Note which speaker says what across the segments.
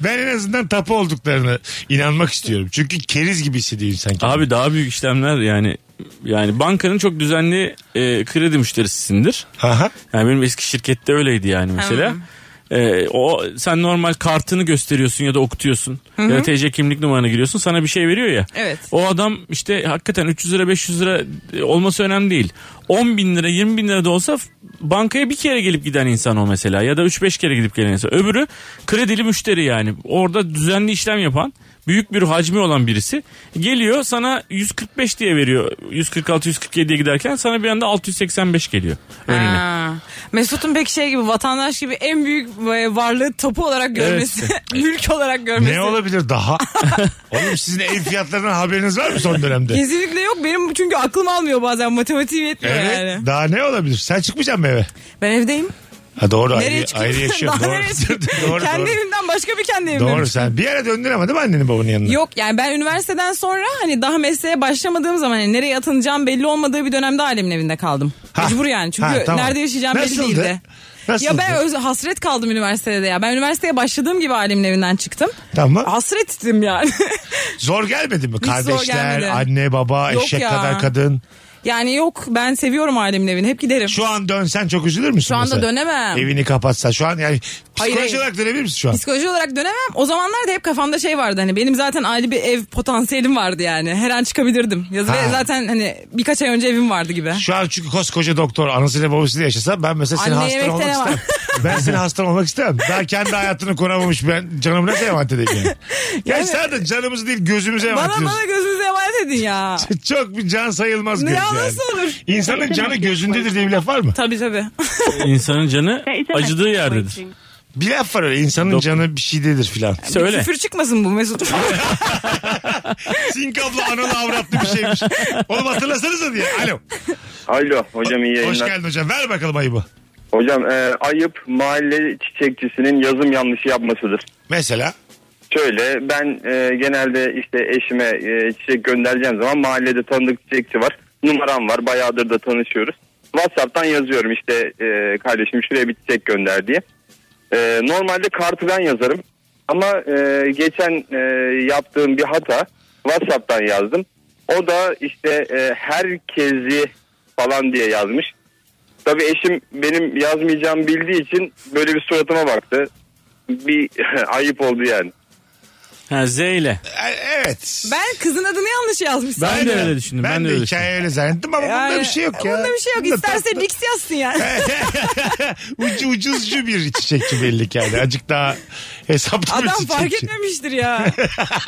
Speaker 1: Ben en azından tapu olduklarını inanmak istiyorum. Çünkü keriz gibi hissediyor insan. kendini.
Speaker 2: Abi daha büyük işlemler yani yani bankanın çok düzenli e, kredi müşterisisindir.
Speaker 1: Aha.
Speaker 2: Yani benim eski şirkette öyleydi yani mesela. Ee, o sen normal kartını gösteriyorsun ya da okutuyorsun ya da TC kimlik numaranı giriyorsun sana bir şey veriyor ya.
Speaker 3: Evet.
Speaker 2: O adam işte hakikaten 300 lira 500 lira e, olması önemli değil. 10 bin lira 20 bin lira da olsa f- bankaya bir kere gelip giden insan o mesela ya da 3-5 kere gidip gelen insan. Öbürü kredili müşteri yani orada düzenli işlem yapan büyük bir hacmi olan birisi geliyor sana 145 diye veriyor 146-147'ye giderken sana bir anda 685 geliyor önüne.
Speaker 3: Ha. Mesut'un pek şey gibi vatandaş gibi en büyük e, varlığı tapu olarak görmesi, mülk olarak görmesi.
Speaker 1: Ne olabilir daha? Oğlum sizin ev fiyatlarından haberiniz var mı son dönemde?
Speaker 3: Kesinlikle yok. Benim çünkü aklım almıyor bazen. Matematiğim yetmiyor
Speaker 1: Evet.
Speaker 3: yani.
Speaker 1: Daha ne olabilir? Sen çıkmayacaksın mı eve?
Speaker 3: Ben evdeyim.
Speaker 1: Ha doğru.
Speaker 3: Nereye
Speaker 1: ayrı,
Speaker 3: çıkayım?
Speaker 1: ayrı yaşıyorum.
Speaker 3: Daha
Speaker 1: doğru.
Speaker 3: nereye çıkayım?
Speaker 1: doğru.
Speaker 3: kendi
Speaker 1: doğru.
Speaker 3: evimden başka bir kendi evim.
Speaker 1: Doğru sen. Bir ara döndün ama değil mi annenin babanın yanına?
Speaker 3: Yok yani ben üniversiteden sonra hani daha mesleğe başlamadığım zaman hani nereye atanacağım belli olmadığı bir dönemde ailemin evinde kaldım.
Speaker 1: Ha.
Speaker 3: Mecbur yani çünkü
Speaker 1: Ha, tamam.
Speaker 3: nerede yaşayacağım
Speaker 1: Nasıldı?
Speaker 3: belli değildi.
Speaker 1: Nasıldı?
Speaker 3: Ya ben öz- hasret kaldım üniversitede de ya. Ben üniversiteye başladığım gibi ailemin evinden çıktım.
Speaker 1: Tamam.
Speaker 3: Hasret ettim yani.
Speaker 1: Zor gelmedi mi?
Speaker 3: zor
Speaker 1: Kardeşler,
Speaker 3: gelmedi.
Speaker 1: anne, baba,
Speaker 3: Yok
Speaker 1: eşek
Speaker 3: ya.
Speaker 1: kadar kadın.
Speaker 3: yani yok ben seviyorum ailemin evini. Hep giderim.
Speaker 1: Şu an dönsen çok üzülür müsün?
Speaker 3: Şu anda
Speaker 1: mesela?
Speaker 3: dönemem.
Speaker 1: Evini kapatsa şu an yani
Speaker 3: Hayır,
Speaker 1: psikolojik
Speaker 3: hayır.
Speaker 1: olarak dönebilir misin şu an?
Speaker 3: Psikoloji olarak dönemem. O zamanlar da hep kafamda şey vardı hani benim zaten ayrı bir ev potansiyelim vardı yani. Her an çıkabilirdim. Ya
Speaker 1: Ha.
Speaker 3: ve zaten hani birkaç ay önce evim vardı gibi.
Speaker 1: Şu an çünkü koskoca doktor anasıyla babasıyla yaşasa ben mesela senin
Speaker 3: Anne
Speaker 1: hastan
Speaker 3: yemekte
Speaker 1: olmak
Speaker 3: ne var?
Speaker 1: istemem. ben senin hastan olmak istemem. Daha kendi hayatını kuramamış ben canımı nasıl emanet edeyim yani? yani
Speaker 3: Yani-
Speaker 1: sen de canımızı değil gözümüzü emanet
Speaker 3: Bana
Speaker 1: ediyorsun.
Speaker 3: bana gözünüzü emanet edin ya.
Speaker 1: Şey- Çok bir can sayılmaz
Speaker 3: Ne
Speaker 1: göz yani.
Speaker 3: nasıl olur?
Speaker 1: İnsanın canı gözündedir diye bir laf var mı?
Speaker 3: Tabii tabii.
Speaker 2: İnsanın canı
Speaker 4: There is a
Speaker 2: acıdığı
Speaker 4: message
Speaker 2: yerdedir.
Speaker 4: waiting.
Speaker 1: Bir laf var öyle insanın canı bir şeydedir filan.
Speaker 2: Söyle.
Speaker 3: Küfür çıkmasın bu Mesut.
Speaker 1: Sinkaplı analı avratlı bir şeymiş. Oğlum hatırlasanıza diye. Alo.
Speaker 5: Alo hocam iyi
Speaker 1: Hoş
Speaker 5: yayınlar.
Speaker 1: geldin hocam. Ver bakalım ayıbı.
Speaker 5: Hocam e, ayıp mahalle çiçekçisinin yazım yanlışı yapmasıdır.
Speaker 1: Mesela
Speaker 5: Şöyle ben e, genelde işte eşime e, çiçek göndereceğim zaman mahallede tanıdık çiçekçi var. Numaram var bayağıdır da tanışıyoruz. Whatsapp'tan yazıyorum işte e, kardeşim şuraya bir çiçek gönder diye. E, normalde kartı ben yazarım. Ama e, geçen e, yaptığım bir hata Whatsapp'tan yazdım. O da işte e, herkesi falan diye yazmış. Tabii eşim benim yazmayacağımı bildiği için böyle bir suratıma baktı. Bir ayıp oldu yani.
Speaker 2: Ha, Z ile.
Speaker 1: e- evet.
Speaker 3: ben kızın adını yanlış yazmışsın.
Speaker 2: Ben de öyle düşündüm. Ben, de, öyle düşündüm.
Speaker 1: hikaye öyle zannettim ama bunda bir şey yok ya.
Speaker 3: E, Bunda bir şey yok.
Speaker 1: Bunda
Speaker 3: İsterse
Speaker 1: tatlı-
Speaker 3: Lix yazsın yani.
Speaker 1: Ucu ucuzcu bir çiçekçi belli ki yani. Azıcık daha hesaplı bir
Speaker 3: Adam
Speaker 1: çiçekçi.
Speaker 3: fark etmemiştir ya.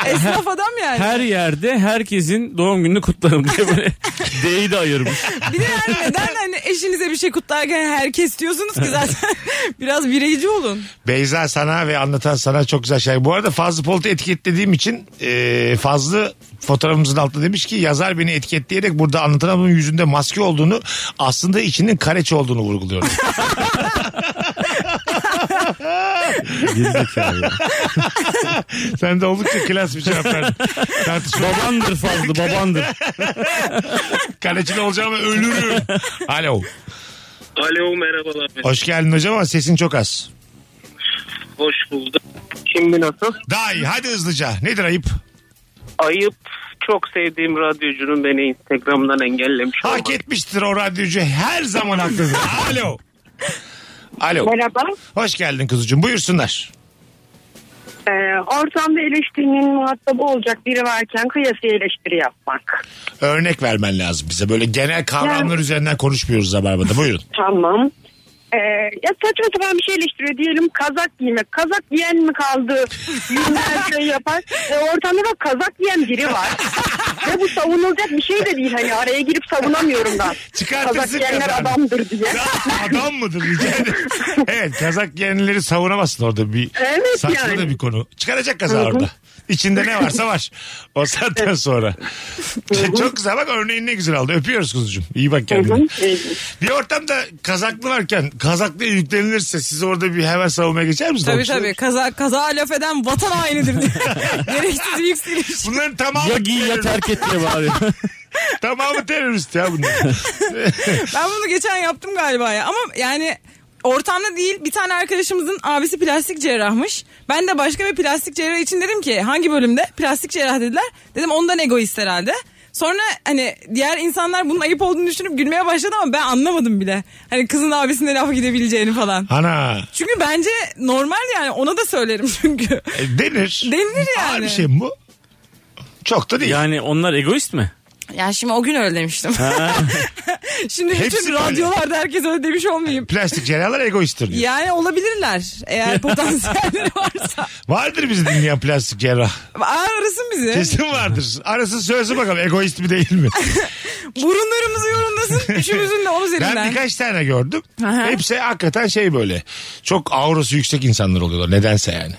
Speaker 3: Esnaf adam yani.
Speaker 2: Her yerde herkesin doğum gününü kutlarım diye böyle D'yi de ayırmış.
Speaker 3: Bir de yani neden hani eşinize bir şey kutlarken herkes diyorsunuz ki zaten biraz bireyci olun.
Speaker 1: Beyza sana ve anlatan sana çok güzel şey. Bu arada Fazlı Polat'ı etiketlediğim için e, Fazlı fotoğrafımızın altında demiş ki yazar beni etiketleyerek burada anlatan adamın yüzünde maske olduğunu aslında içinin kareç olduğunu vurguluyorum.
Speaker 2: Gerizekalı.
Speaker 1: Sen de oldukça klas bir cevap verdin. Tartışma
Speaker 2: babandır fazla babandır.
Speaker 1: kareçin olacağımı ölürüm. Alo.
Speaker 6: Alo merhabalar.
Speaker 1: Hoş geldin hocam ama sesin çok az.
Speaker 6: Hoş bulduk. Şimdi nasıl?
Speaker 1: Daha iyi. Hadi hızlıca. Nedir ayıp?
Speaker 6: Ayıp çok sevdiğim radyocunun beni Instagram'dan engellemiş
Speaker 1: Hak etmiştir o radyocu. Her zaman haklıdır. Alo. Alo.
Speaker 7: Merhaba.
Speaker 1: Hoş geldin kuzucuğum. Buyursunlar.
Speaker 7: Ee, ortamda eleştirinin muhatabı olacak biri varken kıyasıya eleştiri yapmak.
Speaker 1: Örnek vermen lazım bize. Böyle genel kavramlar üzerinden konuşmuyoruz Rabarba'da. Buyurun.
Speaker 7: Tamam. Ee, ya saçma sapan bir şey eleştiriyor diyelim kazak giymek. Kazak giyen mi kaldı? Günler şey yapar. E, ortamda da kazak giyen biri var. Ve bu savunulacak bir şey de değil. Hani araya girip savunamıyorum da.
Speaker 1: Çıkartırsın
Speaker 7: Kazak giyenler
Speaker 1: kazanı.
Speaker 7: adamdır diye.
Speaker 1: Adam mıdır rica ederim. Evet kazak giyenleri savunamazsın orada bir.
Speaker 7: Evet
Speaker 1: Saçma
Speaker 7: yani.
Speaker 1: da bir konu. Çıkaracak kaza orada. İçinde ne varsa var. O saatten sonra. Çok güzel bak örneğin ne güzel aldı. Öpüyoruz kuzucuğum. İyi bak kendine.
Speaker 7: Şey,
Speaker 1: bir ortamda kazaklı varken kazaklı yüklenilirse siz orada bir hemen savunmaya geçer misiniz?
Speaker 3: Tabii tabii kaza, kaza laf eden vatan hainidir diye. Gereksiz yükseliş.
Speaker 1: Bunların tamamı
Speaker 2: Ya giy ya
Speaker 1: terörist.
Speaker 2: terk et diye bağırıyor.
Speaker 1: Tamamı terörist ya bunlar.
Speaker 3: Ben bunu geçen yaptım galiba ya ama yani ortamda değil bir tane arkadaşımızın abisi plastik cerrahmış. Ben de başka bir plastik cerrah için dedim ki hangi bölümde plastik cerrah dediler. Dedim ondan egoist herhalde. Sonra hani diğer insanlar bunun ayıp olduğunu düşünüp gülmeye başladı ama ben anlamadım bile. Hani kızın abisine laf gidebileceğini falan.
Speaker 1: Ana
Speaker 3: Çünkü bence normal yani ona da söylerim çünkü.
Speaker 1: e, denir.
Speaker 3: Denir yani.
Speaker 1: Ağır bir şey mi bu? Çok da değil.
Speaker 2: Yani onlar egoist mi?
Speaker 3: Ya şimdi o gün öyle demiştim. şimdi
Speaker 1: Hepsi
Speaker 3: bütün
Speaker 1: böyle.
Speaker 3: radyolarda herkes öyle demiş olmayayım.
Speaker 1: Plastik cerrahlar egoisttir diyor.
Speaker 3: Yani olabilirler eğer potansiyelleri varsa.
Speaker 1: Vardır bizi dinleyen plastik cerrah.
Speaker 3: Arasın bizi.
Speaker 1: Kesin vardır. Arasın sözü bakalım egoist mi değil mi?
Speaker 3: Burunlarımızı yorumlasın. Üçümüzün de onun
Speaker 1: Ben
Speaker 3: üzerinden.
Speaker 1: birkaç tane gördüm.
Speaker 3: Aha.
Speaker 1: Hepsi hakikaten şey böyle. Çok aurası yüksek insanlar oluyorlar nedense yani.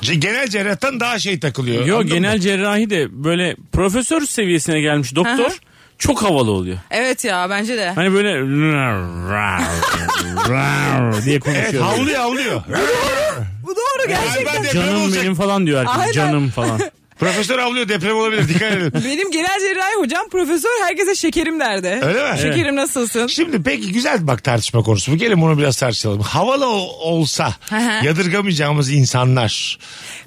Speaker 1: Ce- Genel cerrahtan daha şey takılıyor.
Speaker 2: Yok
Speaker 1: anladın
Speaker 2: genel
Speaker 1: mı?
Speaker 2: cerrahi de böyle profesör seviyesine gelmiş
Speaker 3: Hı hı.
Speaker 2: doktor çok havalı oluyor.
Speaker 3: Evet ya bence de.
Speaker 2: Hani böyle diye
Speaker 1: Evet
Speaker 2: konuşuyor.
Speaker 1: havlıyor havlıyor.
Speaker 3: Bu doğru
Speaker 1: Galiba
Speaker 3: gerçekten.
Speaker 1: deprem
Speaker 2: Canım
Speaker 1: olacak.
Speaker 2: benim falan diyor herkes.
Speaker 3: Aynen.
Speaker 2: Canım falan.
Speaker 1: Profesör havlıyor deprem olabilir dikkat edin.
Speaker 3: Benim genel cerrahi hocam profesör herkese şekerim derdi.
Speaker 1: Öyle mi?
Speaker 3: Şekerim nasılsın?
Speaker 1: Şimdi peki güzel bak tartışma konusu. bu. Gelin bunu biraz tartışalım. Havalı ol- olsa
Speaker 3: hı.
Speaker 1: yadırgamayacağımız insanlar.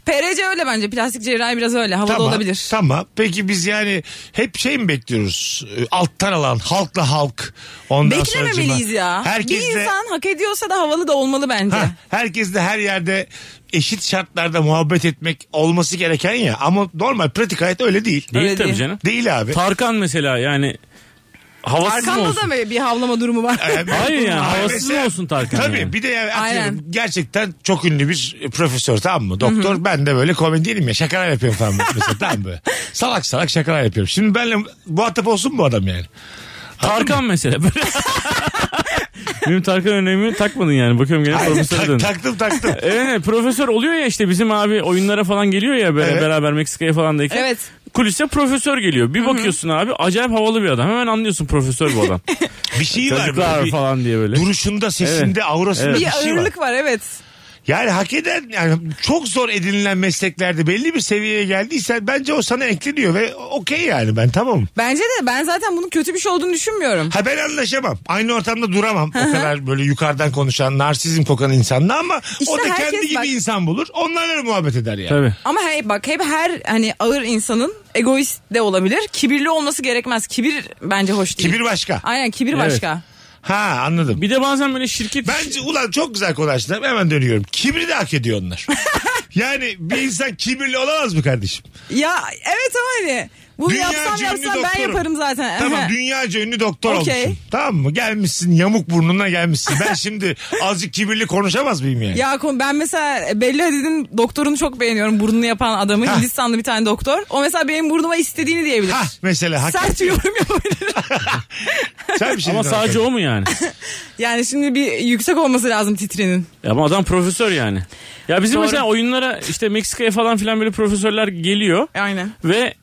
Speaker 3: PRC öyle bence. Plastik cerrahi biraz öyle. Havalı
Speaker 1: tamam,
Speaker 3: olabilir.
Speaker 1: Tamam. Peki biz yani hep şey mi bekliyoruz? Ee, Alttan alan halkla halk. Ondan
Speaker 3: Beklememeliyiz
Speaker 1: sonracıma-
Speaker 3: ya.
Speaker 1: Herkes
Speaker 3: bir
Speaker 1: de-
Speaker 3: insan hak ediyorsa da havalı da olmalı bence.
Speaker 1: Ha, herkes de her yerde eşit şartlarda muhabbet etmek olması gereken ya. Ama normal pratik hayat öyle değil.
Speaker 2: Değil
Speaker 3: Öyle
Speaker 2: tabii
Speaker 3: değil.
Speaker 2: canım.
Speaker 1: Değil abi.
Speaker 2: Tarkan mesela yani havasız mı
Speaker 3: Arkanda
Speaker 2: olsun?
Speaker 3: da böyle bir havlama durumu var.
Speaker 1: Yani-
Speaker 2: Hayır yani, havasız
Speaker 1: mesela-
Speaker 2: mı olsun Tarkan
Speaker 1: Tabii
Speaker 2: yani?
Speaker 1: bir de yani atıyorum,
Speaker 3: Aynen.
Speaker 1: gerçekten çok ünlü bir profesör tamam mı? Doktor ben de böyle komedyenim ya şakalar yapıyorum falan mesela tamam mı? Salak salak şakalar yapıyorum. Şimdi benle muhatap olsun bu adam yani?
Speaker 2: Tarkan mesela. benim Tarkan önemi takmadın yani. Bakıyorum gene profesöre
Speaker 1: Tak-
Speaker 2: döndü.
Speaker 1: taktım taktım.
Speaker 2: Evet, evet, profesör oluyor ya işte bizim abi oyunlara falan geliyor ya böyle
Speaker 1: Evet.
Speaker 2: beraber Meksika'ya falan da
Speaker 3: Evet.
Speaker 2: Kulise profesör geliyor. Bir bakıyorsun abi acayip havalı bir adam. Hemen anlıyorsun profesör bu adam.
Speaker 1: Bir şey var
Speaker 2: Çocuklar
Speaker 1: böyle. bir
Speaker 2: falan diye böyle.
Speaker 1: Duruşunda, sesinde, aurasında
Speaker 3: bir
Speaker 1: bir şey var.
Speaker 3: ağırlık var evet.
Speaker 1: Yani hak eden yani çok zor edinilen mesleklerde belli bir seviyeye geldiysen bence o sana ekleniyor ve okey yani ben tamam.
Speaker 3: Bence de ben zaten bunun kötü bir şey olduğunu düşünmüyorum.
Speaker 1: Ha ben anlaşamam. Aynı ortamda duramam. o kadar böyle yukarıdan konuşan narsizm kokan insanla ama
Speaker 3: İşte
Speaker 1: o da
Speaker 3: herkes
Speaker 1: kendi gibi
Speaker 3: bak-
Speaker 1: insan bulur. Onlarla da muhabbet eder yani.
Speaker 2: Tabii.
Speaker 3: Ama hey bak hep her hani ağır insanın egoist de olabilir. Kibirli olması gerekmez. Kibir bence hoş değil.
Speaker 1: Kibir başka.
Speaker 3: Aynen kibir başka.
Speaker 1: Ha anladım.
Speaker 2: Bir de bazen böyle şirket
Speaker 1: Bence ulan çok güzel konuştular. Hemen dönüyorum. Kibri de hak ediyor onlar. yani bir insan kibirli olamaz mı kardeşim?
Speaker 3: Ya evet ama hani bunu
Speaker 1: Dünyaca
Speaker 3: yapsam
Speaker 1: ünlü
Speaker 3: yapsam ben
Speaker 1: doktorum.
Speaker 3: yaparım zaten.
Speaker 1: Tamam
Speaker 3: Aha.
Speaker 1: dünyaca ünlü doktor
Speaker 3: Okey.
Speaker 1: olmuşsun. Tamam mı? Gelmişsin yamuk burnuna gelmişsin. Ben şimdi azıcık kibirli konuşamaz mıyım yani?
Speaker 3: Ya kom- ben mesela Belli Hadid'in doktorunu çok beğeniyorum. Burnunu yapan adamı.
Speaker 1: Ha.
Speaker 3: Hindistanlı bir tane doktor. O mesela benim burnuma istediğini diyebilir.
Speaker 1: Ha mesela hak
Speaker 3: Sert bir yorum yapabilir.
Speaker 1: Sen bir şey
Speaker 2: ama
Speaker 1: dedin
Speaker 2: sadece
Speaker 1: Hakan.
Speaker 2: o mu yani?
Speaker 3: yani şimdi bir yüksek olması lazım titrenin.
Speaker 2: Ya Ama adam profesör yani. Ya bizim
Speaker 3: Doğru.
Speaker 2: mesela oyunlara işte Meksika'ya falan filan böyle profesörler geliyor.
Speaker 3: Aynen.
Speaker 2: Ve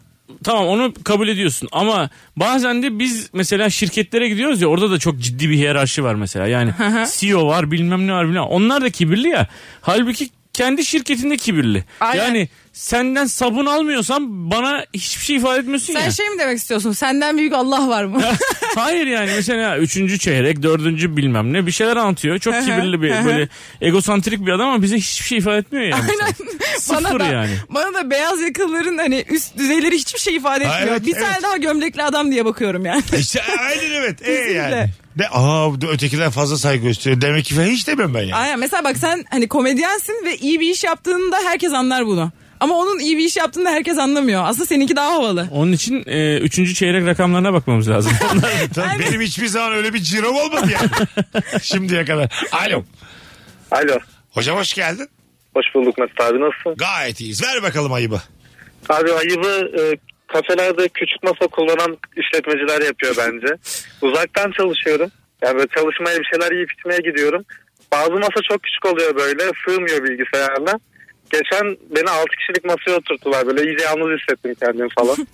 Speaker 2: tamam onu kabul ediyorsun ama bazen de biz mesela şirketlere gidiyoruz ya orada da çok ciddi bir hiyerarşi var mesela. Yani CEO var bilmem ne var bilmem Onlar da kibirli ya. Halbuki kendi şirketinde kibirli.
Speaker 3: Aynen.
Speaker 2: Yani senden sabun almıyorsam bana hiçbir şey ifade etmiyorsun
Speaker 3: Sen
Speaker 2: ya.
Speaker 3: şey mi demek istiyorsun? Senden büyük Allah var mı?
Speaker 2: Hayır yani mesela üçüncü çeyrek, dördüncü bilmem ne bir şeyler anlatıyor. Çok
Speaker 3: hı,
Speaker 2: kibirli bir
Speaker 3: hı hı.
Speaker 2: böyle egosantrik bir adam ama bize hiçbir şey ifade etmiyor yani.
Speaker 3: Aynen.
Speaker 2: Sıfır
Speaker 3: bana da,
Speaker 2: yani.
Speaker 3: Bana da beyaz yakalıların hani üst düzeyleri hiçbir şey ifade
Speaker 1: Ha,
Speaker 3: etmiyor.
Speaker 1: evet,
Speaker 3: bir
Speaker 1: evet.
Speaker 3: tane daha gömlekli adam diye bakıyorum yani.
Speaker 1: İşte E aynen evet. E
Speaker 3: Kesinlikle.
Speaker 1: yani. De, aa bu da ötekiler fazla saygı gösteriyor. Demek ki falan hiç demem ben yani.
Speaker 3: Aynen mesela bak sen hani komedyensin ve iyi bir iş yaptığında herkes anlar bunu. Ama onun iyi bir iş yaptığında herkes anlamıyor. Aslında seninki daha havalı.
Speaker 2: Onun için e, üçüncü çeyrek rakamlarına bakmamız lazım.
Speaker 1: Tabii benim hiçbir zaman öyle bir cirom olmadı yani. Şimdiye kadar. Alo.
Speaker 5: Alo.
Speaker 1: Hocam hoş geldin.
Speaker 5: Hoş bulduk Mesut abi nasılsın?
Speaker 1: Gayet iyiyiz. Ver bakalım ayıbı.
Speaker 5: Abi ayıbı e, kafelerde küçük masa kullanan işletmeciler yapıyor bence. Uzaktan çalışıyorum. Yani böyle çalışmaya bir şeyler yiyip içmeye gidiyorum. Bazı masa çok küçük oluyor böyle sığmıyor bilgisayarla. Geçen beni 6 kişilik masaya oturttular böyle iyice yalnız hissettim kendimi falan.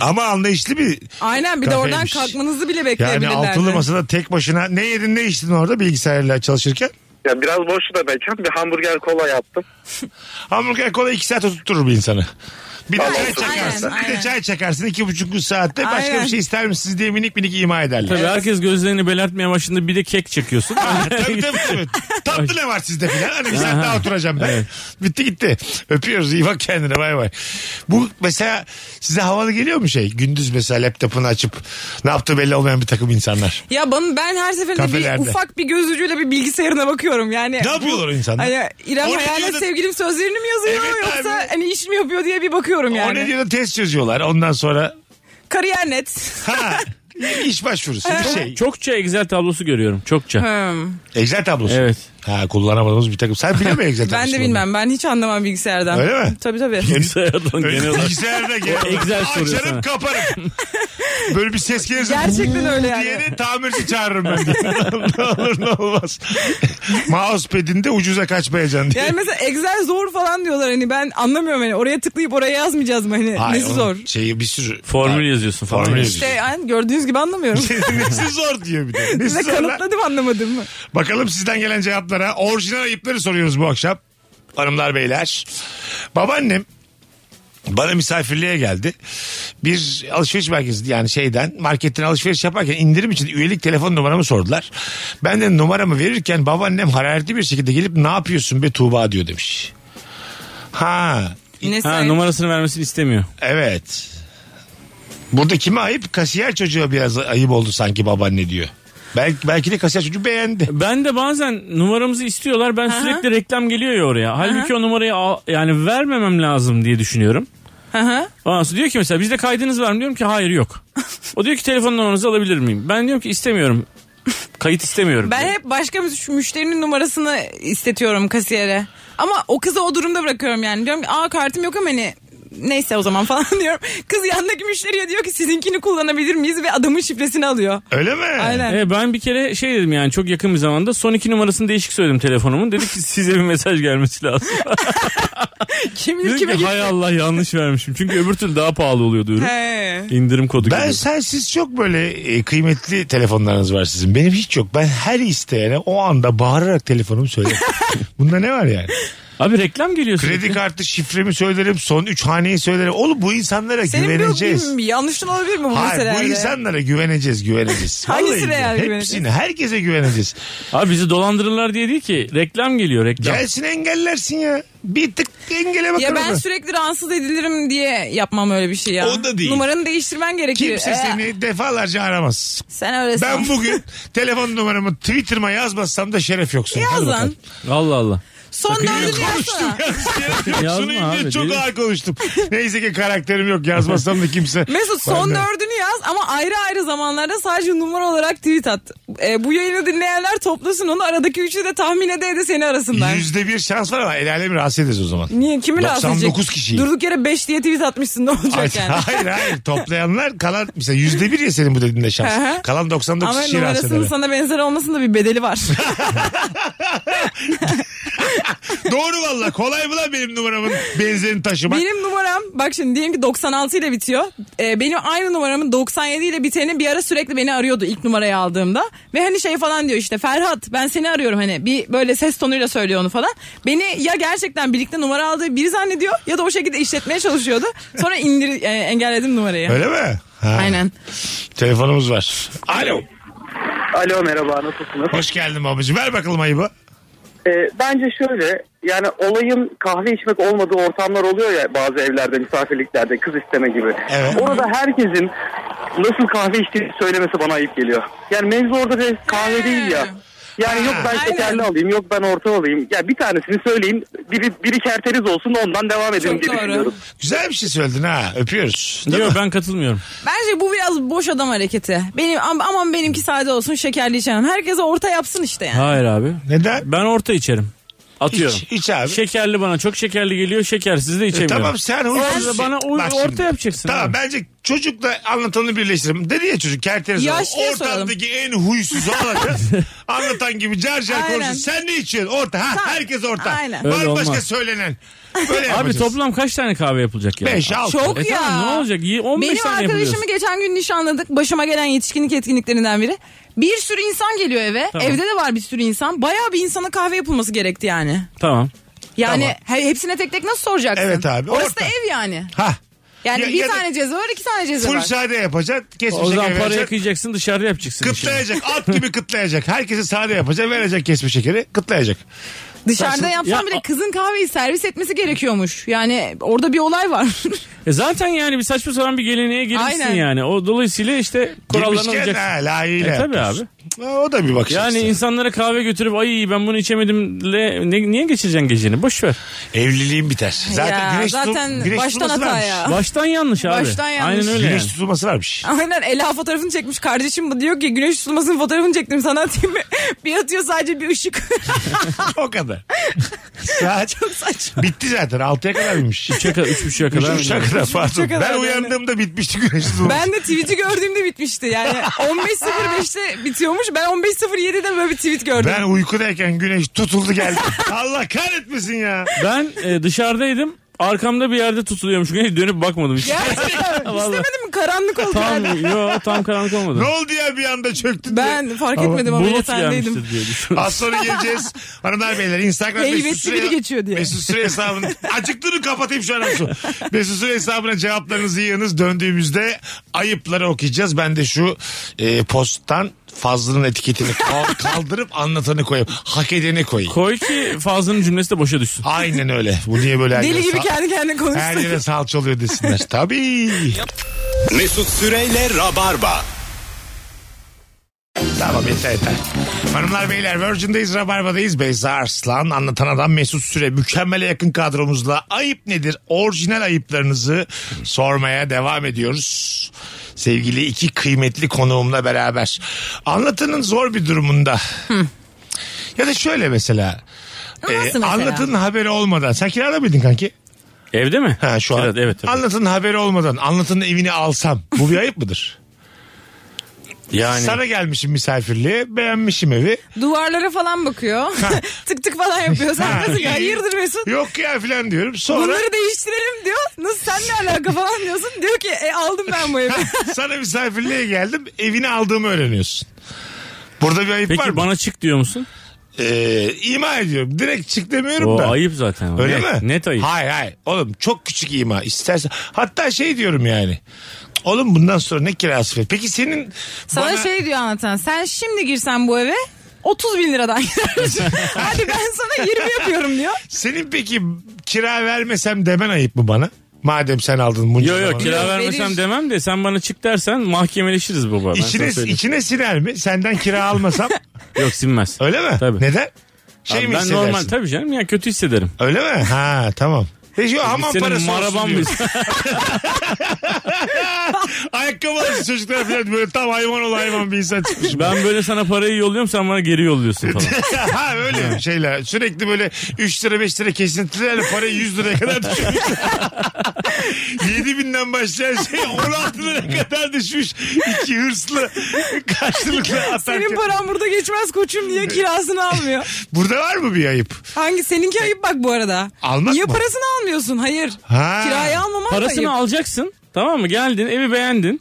Speaker 1: Ama anlayışlı bir
Speaker 3: Aynen bir de oradan
Speaker 1: Kafeymiş.
Speaker 3: kalkmanızı bile
Speaker 1: yani
Speaker 3: bekleyebilirlerdi.
Speaker 1: altılı masada tek başına ne yedin ne içtin orada bilgisayarla çalışırken?
Speaker 5: ya biraz boştu da mekan bir hamburger kola yaptım.
Speaker 1: Hamburger kola iki saat oturtturur bir insanı. Bir de
Speaker 5: Tamam,
Speaker 1: çay
Speaker 5: oturtturur.
Speaker 1: çakarsın.
Speaker 3: Aynen,
Speaker 1: Bir de
Speaker 3: aynen.
Speaker 1: çay çakarsın iki buçuk saatte. Başka
Speaker 3: Aynen.
Speaker 1: bir şey ister misiniz diye minik minik ima ederler.
Speaker 2: Tabii herkes gözlerini belertmeye başında bir de kek çekiyorsun.
Speaker 1: tabii tabii tabii. Tatlı ne var sizde filan? Hani bir saat daha oturacağım ben. Bitti gitti. Öpüyoruz. iyi bak kendine. Bay bay. Bu mesela size havalı geliyor mu şey? Gündüz mesela laptopunu açıp ne yaptığı belli olmayan bir takım insanlar.
Speaker 3: Ya bana ben her seferinde
Speaker 1: Kafelerde.
Speaker 3: bir ufak bir göz ucuyla bir bilgisayarına bakıyorum yani.
Speaker 1: Ne yapıyorlar o insanlar?
Speaker 3: Hani İrem
Speaker 1: O ne
Speaker 3: hayalet
Speaker 1: diyor da-
Speaker 3: sevgilim sözlerini mi yazıyor
Speaker 1: Evet
Speaker 3: yoksa
Speaker 1: abi.
Speaker 3: hani iş mi yapıyor diye bir bakıyorum yani.
Speaker 1: O ne diyor da test çözüyorlar. Ondan sonra
Speaker 3: Kariyer net.
Speaker 1: ha iş başvurusu bir şey.
Speaker 2: Çokça Excel tablosu görüyorum. Çokça.
Speaker 3: Hmm.
Speaker 1: Excel tablosu.
Speaker 2: Evet.
Speaker 1: Ha kullanamadığımız bir takım. Sen biliyor musun Excel
Speaker 3: Ben
Speaker 1: tablosu?
Speaker 3: de bilmem ben hiç anlamam bilgisayardan.
Speaker 1: Öyle mi?
Speaker 3: Tabii tabii.
Speaker 2: Bilgisayardan genel olarak.
Speaker 1: Bilgisayarda gel.
Speaker 2: Excel soruyor
Speaker 1: Açarım
Speaker 2: sana.
Speaker 1: kaparım. Böyle bir ses gelirse
Speaker 3: Gerçekten öyle yani.
Speaker 1: diye de tamirci çağırırım ben. diye. ne olur ne olmaz. Mousepad'inde ucuza kaçmayacaksın diye.
Speaker 3: Yani mesela Excel zor falan diyorlar hani ben anlamıyorum hani oraya tıklayıp oraya yazmayacağız mı hani
Speaker 1: Ay,
Speaker 3: nesi
Speaker 1: onun
Speaker 3: zor?
Speaker 1: Şeyi bir sürü.
Speaker 2: Formül yazıyorsun falan.
Speaker 1: Formül
Speaker 3: İşte yani gördüğünüz gibi anlamıyorum.
Speaker 1: şey Nesi zor diyor bir de. Nesi
Speaker 3: Size
Speaker 1: zor lan?
Speaker 3: kanıtladım anlamadım mı?
Speaker 1: Bakalım sizden gelen cevaplara. Orijinal ayıpları soruyoruz bu akşam. Hanımlar beyler. Babaannem bana misafirliğe geldi. Bir alışveriş merkezi yani şeyden marketten alışveriş yaparken indirim için üyelik telefon numaramı sordular. Ben de numaramı verirken babaannem hararetli bir şekilde gelip ne yapıyorsun be Tuğba diyor demiş. Ha
Speaker 3: Nesi?
Speaker 2: Ha numarasını vermesini istemiyor.
Speaker 1: evet. Burada kime ayıp? Kasiyer çocuğa biraz ayıp oldu sanki babaanne diyor. Belki, belki de kasiyer çocuğu beğendi.
Speaker 2: Ben de bazen numaramızı istiyorlar. Ben sürekli reklam geliyor ya oraya. Halbuki o numarayı al- yani vermemem lazım diye düşünüyorum.
Speaker 3: Hı hı.
Speaker 2: Ondan sonra diyor ki mesela bizde kaydınız var mı? Diyorum ki hayır yok. o diyor ki telefon numaranızı alabilir miyim? Ben diyorum ki istemiyorum. Kayıt istemiyorum.
Speaker 3: Ben
Speaker 2: diyor.
Speaker 3: hep başka bir müşterinin numarasını istetiyorum kasiyere. Ama o kızı o durumda bırakıyorum yani. Diyorum ki aa kartım yok ama hani neyse o zaman falan diyorum. Kız yandaki müşteriye diyor ki sizinkini kullanabilir miyiz ve adamın şifresini alıyor.
Speaker 1: Öyle mi?
Speaker 3: Aynen.
Speaker 2: E, ben bir kere şey dedim yani çok yakın bir zamanda son iki numarasını değişik söyledim telefonumun. Dedi ki size bir mesaj gelmesi lazım.
Speaker 3: Kim bilir kime
Speaker 2: Dedim ki
Speaker 3: gitti.
Speaker 2: hay Allah yanlış vermişim. Çünkü öbür türlü daha pahalı oluyordu ürün.
Speaker 3: He.
Speaker 2: İndirim kodu
Speaker 1: Ben
Speaker 2: gibi.
Speaker 1: sensiz çok böyle e, kıymetli telefonlarınız var sizin. Benim hiç yok. Ben her isteyene o anda bağırarak telefonumu söylerim. Bunda ne var yani?
Speaker 2: Abi reklam geliyor
Speaker 1: Kredi
Speaker 2: sürekli.
Speaker 1: kartı şifremi söylerim, son üç haneyi söylerim. Oğlum bu insanlara
Speaker 3: Senin bir yok
Speaker 1: güveneceğiz.
Speaker 3: bilmiyorum. Yanlışın olabilir mi bu
Speaker 1: Hayır bu
Speaker 3: meselelerde?
Speaker 1: insanlara güveneceğiz, güveneceğiz.
Speaker 3: Hangisine
Speaker 1: Vallahi
Speaker 3: yani
Speaker 1: Hepsine,
Speaker 3: güveneceğiz?
Speaker 1: herkese güveneceğiz.
Speaker 2: Abi bizi dolandırırlar diye değil ki. Reklam geliyor reklam.
Speaker 1: Gelsin engellersin ya. Bir tık engele bakalım.
Speaker 3: Ya ben sürekli rahatsız edilirim diye yapmam öyle bir şey ya.
Speaker 1: O da değil.
Speaker 3: Numaranı değiştirmen gerekir.
Speaker 1: Kimse
Speaker 3: Ee,
Speaker 1: seni defalarca aramaz.
Speaker 3: Sen öyle
Speaker 1: Ben
Speaker 3: san.
Speaker 1: bugün telefon numaramı Twitter'ıma yazmazsam da şeref yoksun. Hadi
Speaker 3: Yaz
Speaker 1: bakalım.
Speaker 3: lan.
Speaker 2: Allah Allah.
Speaker 3: Son dördünü
Speaker 1: konuştum
Speaker 3: yazsana.
Speaker 1: ya.
Speaker 2: Yazma
Speaker 1: Şunu ince
Speaker 2: abi,
Speaker 1: çok
Speaker 2: değil mi?
Speaker 1: ağır konuştum. Neyse ki karakterim yok. Yazmasam da kimse.
Speaker 3: Mesut son
Speaker 1: Benden-
Speaker 3: dördünü yaz ama ayrı ayrı zamanlarda sadece numara olarak tweet at. Ee, bu yayını dinleyenler toplasın onu aradaki üçü de tahmin ede ede seni arasınlar.
Speaker 1: Yüzde bir şans var ama el alemi rahatsız ederiz o zaman.
Speaker 3: Niye kimi rahatsız edecek?
Speaker 1: 99 kişiyi.
Speaker 3: Durduk yere 5 diye tweet atmışsın ne
Speaker 1: Ay,
Speaker 3: olacak yani?
Speaker 1: hayır hayır toplayanlar kalan mesela yüzde bir ya senin bu dediğinde
Speaker 3: Hı
Speaker 1: şans.
Speaker 3: hı.
Speaker 1: kalan 99
Speaker 3: Ama
Speaker 1: kişi rahatsız eder.
Speaker 3: numarasının sana benzer olmasının da bir bedeli var.
Speaker 1: Doğru valla kolay mı lan benim numaramın benzerini taşımak?
Speaker 3: benim numaram bak şimdi diyelim ki 96 ile bitiyor. Ee, benim aynı numaramın 97 ile biteni bir ara sürekli beni arıyordu ilk numarayı aldığımda. Ve hani şey falan diyor işte Ferhat ben seni arıyorum hani bir böyle ses tonuyla söylüyor onu falan. Beni ya gerçekten birlikte numara aldığı biri zannediyor ya da o şekilde işletmeye çalışıyordu. Sonra indir e, engelledim numarayı.
Speaker 1: Öyle mi? Ha.
Speaker 3: Aynen.
Speaker 1: Telefonumuz var. Alo.
Speaker 5: Alo merhaba nasılsınız?
Speaker 1: Hoş geldin babacığım. Ver bakalım ayıbı.
Speaker 5: Ee, bence şöyle yani olayın kahve içmek olmadığı ortamlar oluyor ya bazı evlerde misafirliklerde kız isteme gibi.
Speaker 1: Evet.
Speaker 5: Orada herkesin nasıl kahve içtiğini söylemesi bana ayıp geliyor. Yani mevzu orada bir kahve değil ya. Yani yok ben
Speaker 3: Ha.
Speaker 5: şekerli
Speaker 3: Hmm. Aynen.
Speaker 5: alayım yok ben orta alayım. Ya bir tanesini söyleyin biri, biri kerteriz olsun ondan devam edelim
Speaker 3: Çok
Speaker 5: diye
Speaker 3: doğru.
Speaker 5: düşünüyorum.
Speaker 1: Güzel bir şey söyledin ha. Öpüyoruz. Değil mi?
Speaker 2: Yok ben katılmıyorum.
Speaker 3: Bence bu biraz boş adam hareketi. Benim am- aman benimki sade olsun şekerli içemem. Herkese orta yapsın işte yani.
Speaker 2: Hayır abi.
Speaker 1: Neden?
Speaker 2: Ben orta içerim. Atıyorum. Şey
Speaker 1: İç, iç abi. E,
Speaker 2: Şekerli bana çok şekerli geliyor. Şekersiz de içemiyorum.
Speaker 1: Tamam sen
Speaker 2: Orada
Speaker 1: huysuzsun.
Speaker 2: bana uy-
Speaker 1: Bak
Speaker 2: orta
Speaker 1: şimdi.
Speaker 2: yapacaksın
Speaker 1: Tamam
Speaker 2: abi.
Speaker 1: bence Çocukla anlatanı birleştirelim. Dedi ya çocuk kerteniz
Speaker 3: Yaşlıya
Speaker 1: Ortamdaki en huysuz olanı anlatan gibi car car
Speaker 3: Aynen.
Speaker 1: konuşsun. Sen ne içiyorsun? Orta. Ha,
Speaker 3: Sen-
Speaker 1: herkes orta.
Speaker 3: Aynen.
Speaker 2: Öyle
Speaker 1: Var mı başka
Speaker 2: olmaz.
Speaker 1: söylenen. Böyle
Speaker 2: Abi
Speaker 1: yapacağız.
Speaker 2: toplam kaç tane kahve yapılacak ya?
Speaker 1: 5 6.
Speaker 3: Çok
Speaker 2: E
Speaker 3: ya.
Speaker 2: tamam, ne olacak? Y- 15
Speaker 3: Benim
Speaker 2: tane yapılıyorsun.
Speaker 3: arkadaşımı geçen gün nişanladık. Başıma gelen yetişkinlik etkinliklerinden biri. Bir sürü insan geliyor eve.
Speaker 2: Tamam.
Speaker 3: Evde de var bir sürü insan. Bayağı bir insana kahve yapılması gerekti yani.
Speaker 2: Tamam.
Speaker 3: Yani he- hepsine tek tek nasıl soracaksın?
Speaker 1: Evet abi,
Speaker 3: Orası
Speaker 1: orta.
Speaker 3: da ev yani.
Speaker 1: Ha.
Speaker 3: Yani
Speaker 1: Ya-
Speaker 3: bir
Speaker 1: ya da
Speaker 3: tane ceza var iki tane ceza
Speaker 1: Full
Speaker 3: var.
Speaker 1: sade yapacak.
Speaker 2: O
Speaker 1: Kesmiş
Speaker 2: zaman
Speaker 1: şekeri
Speaker 2: parayı
Speaker 1: verecek.
Speaker 2: kıyacaksın dışarıda yapacaksın. işini.
Speaker 1: Kıtlayacak. At gibi kıtlayacak. Herkese sade yapacak. Verecek kesmiş şekeri. Kıtlayacak.
Speaker 3: Dışarıda yapsan
Speaker 2: Ya-
Speaker 3: bile kızın kahveyi servis etmesi gerekiyormuş. Yani orada bir olay var.
Speaker 2: E zaten yani bir saçma sapan bir geleneğe girmişsin
Speaker 3: Aynen.
Speaker 2: yani. O dolayısıyla işte kurallarına
Speaker 1: Girmişken ha,
Speaker 2: uyacaksın.
Speaker 1: layığıyla
Speaker 2: E tabii
Speaker 1: yapıyorsun. Ha, O da bir bakış
Speaker 2: Yani
Speaker 1: açısı.
Speaker 2: insanlara kahve götürüp ay ben bunu içemedim le, ne- niye geçireceksin geceni? Boş ver.
Speaker 1: Evliliğin biter. Zaten
Speaker 3: ya,
Speaker 1: güneş, tutu-
Speaker 3: zaten
Speaker 1: güneş
Speaker 3: baştan
Speaker 1: tutulması
Speaker 3: hata
Speaker 1: varmış.
Speaker 3: ya.
Speaker 2: Baştan yanlış abi.
Speaker 3: Ah. Baştan yanlış.
Speaker 2: Aynen öyle.
Speaker 1: Güneş
Speaker 2: yani.
Speaker 1: tutulması varmış.
Speaker 3: Aynen Ela fotoğrafını çekmiş kardeşim bu diyor ki güneş tutulmasının fotoğrafını çektim sana atayım mı? Bir atıyor sadece bir ışık.
Speaker 1: o kadar. Saat
Speaker 3: Çok saçma.
Speaker 1: bitti zaten. 6'ya kadarmış.
Speaker 2: Üçe kadar- Üç buçuğa kadar.
Speaker 1: Üç buçuğa kadar pardon.
Speaker 3: kadar
Speaker 1: Ben
Speaker 3: yani.
Speaker 1: uyandığımda bitmişti güneş tutulması.
Speaker 3: Ben de tweet'i gördüğümde bitmişti yani 15.05'te bitiyormuş ben 15.07'de böyle bir tweet gördüm.
Speaker 1: Ben uykudayken güneş tutuldu geldi. Allah kahretmesin ya.
Speaker 2: Ben e, dışarıdaydım. Arkamda bir yerde tutuluyormuş. Güneş dönüp bakmadım hiç.
Speaker 3: Gerçekten
Speaker 2: Vallahi.
Speaker 3: istemedim mi karanlık oldu
Speaker 2: tam,
Speaker 3: yani.
Speaker 2: yo, tam karanlık olmadı.
Speaker 1: Ne oldu ya bir anda çöktün diye.
Speaker 3: Ben fark etmedim ama
Speaker 2: Bulut
Speaker 3: yatağındaydım.
Speaker 2: gelmiştir diye düşünüyorum.
Speaker 1: Az sonra geleceğiz. Hanımlar beyler Instagram
Speaker 3: Heybetli biri geçiyor diye.
Speaker 1: Mesut Süre hesabını acıktığını kapatayım şu an Su. Mesut Süre hesabına cevaplarınızı yığınız. Döndüğümüzde ayıpları okuyacağız. Ben de şu e, posttan Fazlı'nın etiketini kal- kaldırıp anlatanı koyayım. Hak edeni koyayım.
Speaker 2: Koy ki Fazlı'nın cümlesi de boşa düşsün.
Speaker 1: Aynen öyle. Bu niye böyle her
Speaker 3: Deli
Speaker 1: yere
Speaker 3: gibi
Speaker 1: sal-
Speaker 3: kendi kendine
Speaker 1: her
Speaker 3: konuştu.
Speaker 1: yere salça oluyor desinler. Tabii.
Speaker 8: Mesut Süreyle Rabarba.
Speaker 1: Tamam yeter yeter. Hanımlar beyler Virgin'dayız Rabarba'dayız. Beyza Arslan anlatan adam Mesut Süre mükemmele yakın kadromuzla ayıp nedir orijinal ayıplarınızı sormaya devam ediyoruz. Sevgili iki kıymetli konuğumla beraber. Anlatının zor bir durumunda. Ya da şöyle mesela. e,
Speaker 3: mesela?
Speaker 1: Anlatının haberi olmadan. Sen kirada mıydın kanki?
Speaker 2: Evde mi?
Speaker 1: Ha şu an.
Speaker 2: Evet, evet. tabii.
Speaker 1: Anlatının haberi olmadan anlatının evini alsam. Bu bir ayıp mıdır?
Speaker 2: Yani
Speaker 1: Sana gelmişim misafirliğe beğenmişim evi.
Speaker 3: Duvarlara falan bakıyor. tık tık falan yapıyor. Sen
Speaker 1: Ha.
Speaker 3: nasıl ya? Hayırdır Mesut?
Speaker 1: Yok ya filan diyorum. Sonra
Speaker 3: Bunları değiştirelim diyor. Nasıl senle alaka falan diyorsun. Diyor ki e, aldım ben bu evi.
Speaker 1: sana misafirliğe geldim. Evini aldığımı öğreniyorsun. Burada bir ayıp var
Speaker 2: peki
Speaker 1: mı? Bana...
Speaker 2: bana çık diyor musun?
Speaker 1: ima ediyorum. Direkt çık demiyorum
Speaker 2: O
Speaker 1: da.
Speaker 2: ayıp zaten.
Speaker 1: Öyle
Speaker 2: net,
Speaker 1: mi?
Speaker 2: Net ayıp.
Speaker 1: Hayır hayır. Oğlum çok küçük ima. İstersen hatta şey diyorum yani. Oğlum bundan sonra ne kirası ver? Peki senin
Speaker 3: Sana
Speaker 1: bana...
Speaker 3: şey diyor anlatan. Sen şimdi girsen bu eve 30 bin liradan girersin. Hadi ben sana 20 yapıyorum diyor.
Speaker 1: Senin peki kira vermesem demen ayıp mı bana? Madem sen aldın bunca
Speaker 2: Yo yo
Speaker 1: zamana.
Speaker 2: kira
Speaker 3: Yok,
Speaker 2: vermesem
Speaker 3: verir.
Speaker 2: demem de sen bana çık dersen mahkemeleşiriz baba. Ben sana
Speaker 1: İçine,
Speaker 2: söyleyeyim.
Speaker 1: içine siner mi? Senden kira almasam
Speaker 2: Yok sinmez.
Speaker 1: öyle mi?
Speaker 2: Tabii.
Speaker 1: Neden? Şey
Speaker 2: Abi
Speaker 1: mi
Speaker 2: ben normal
Speaker 1: hissedersin?
Speaker 2: tabii canım ya kötü hissederim.
Speaker 1: Öyle mi? Ha tamam. E şu hamam
Speaker 2: Senin
Speaker 1: parası
Speaker 2: maraban
Speaker 1: olsun
Speaker 2: mı?
Speaker 1: diyor. Ayakkabı alsın çocuklar falan böyle tam hayvan ol hayvan bir insan çıkmış.
Speaker 2: ben böyle sana parayı yolluyorum sen bana geri yolluyorsun falan.
Speaker 1: ha öyle bir şeyler. Sürekli böyle 3 lira 5 lira kesintilerle parayı 100 liraya kadar düşürmüş. 7 binden başlayan şey 16 liraya kadar düşmüş. İki hırslı karşılıklı atarken.
Speaker 3: Senin paran burada geçmez koçum diye kirasını almıyor.
Speaker 1: Burada var mı bir ayıp?
Speaker 3: Hangi seninki ayıp bak bu arada.
Speaker 1: Almak
Speaker 3: Niye
Speaker 1: mı?
Speaker 3: parasını almıyorsun? Hayır.
Speaker 1: Ha.
Speaker 3: Kirayı almaman da
Speaker 2: Parasını
Speaker 3: ayıp.
Speaker 2: alacaksın tamam mı? Geldin evi beğendin.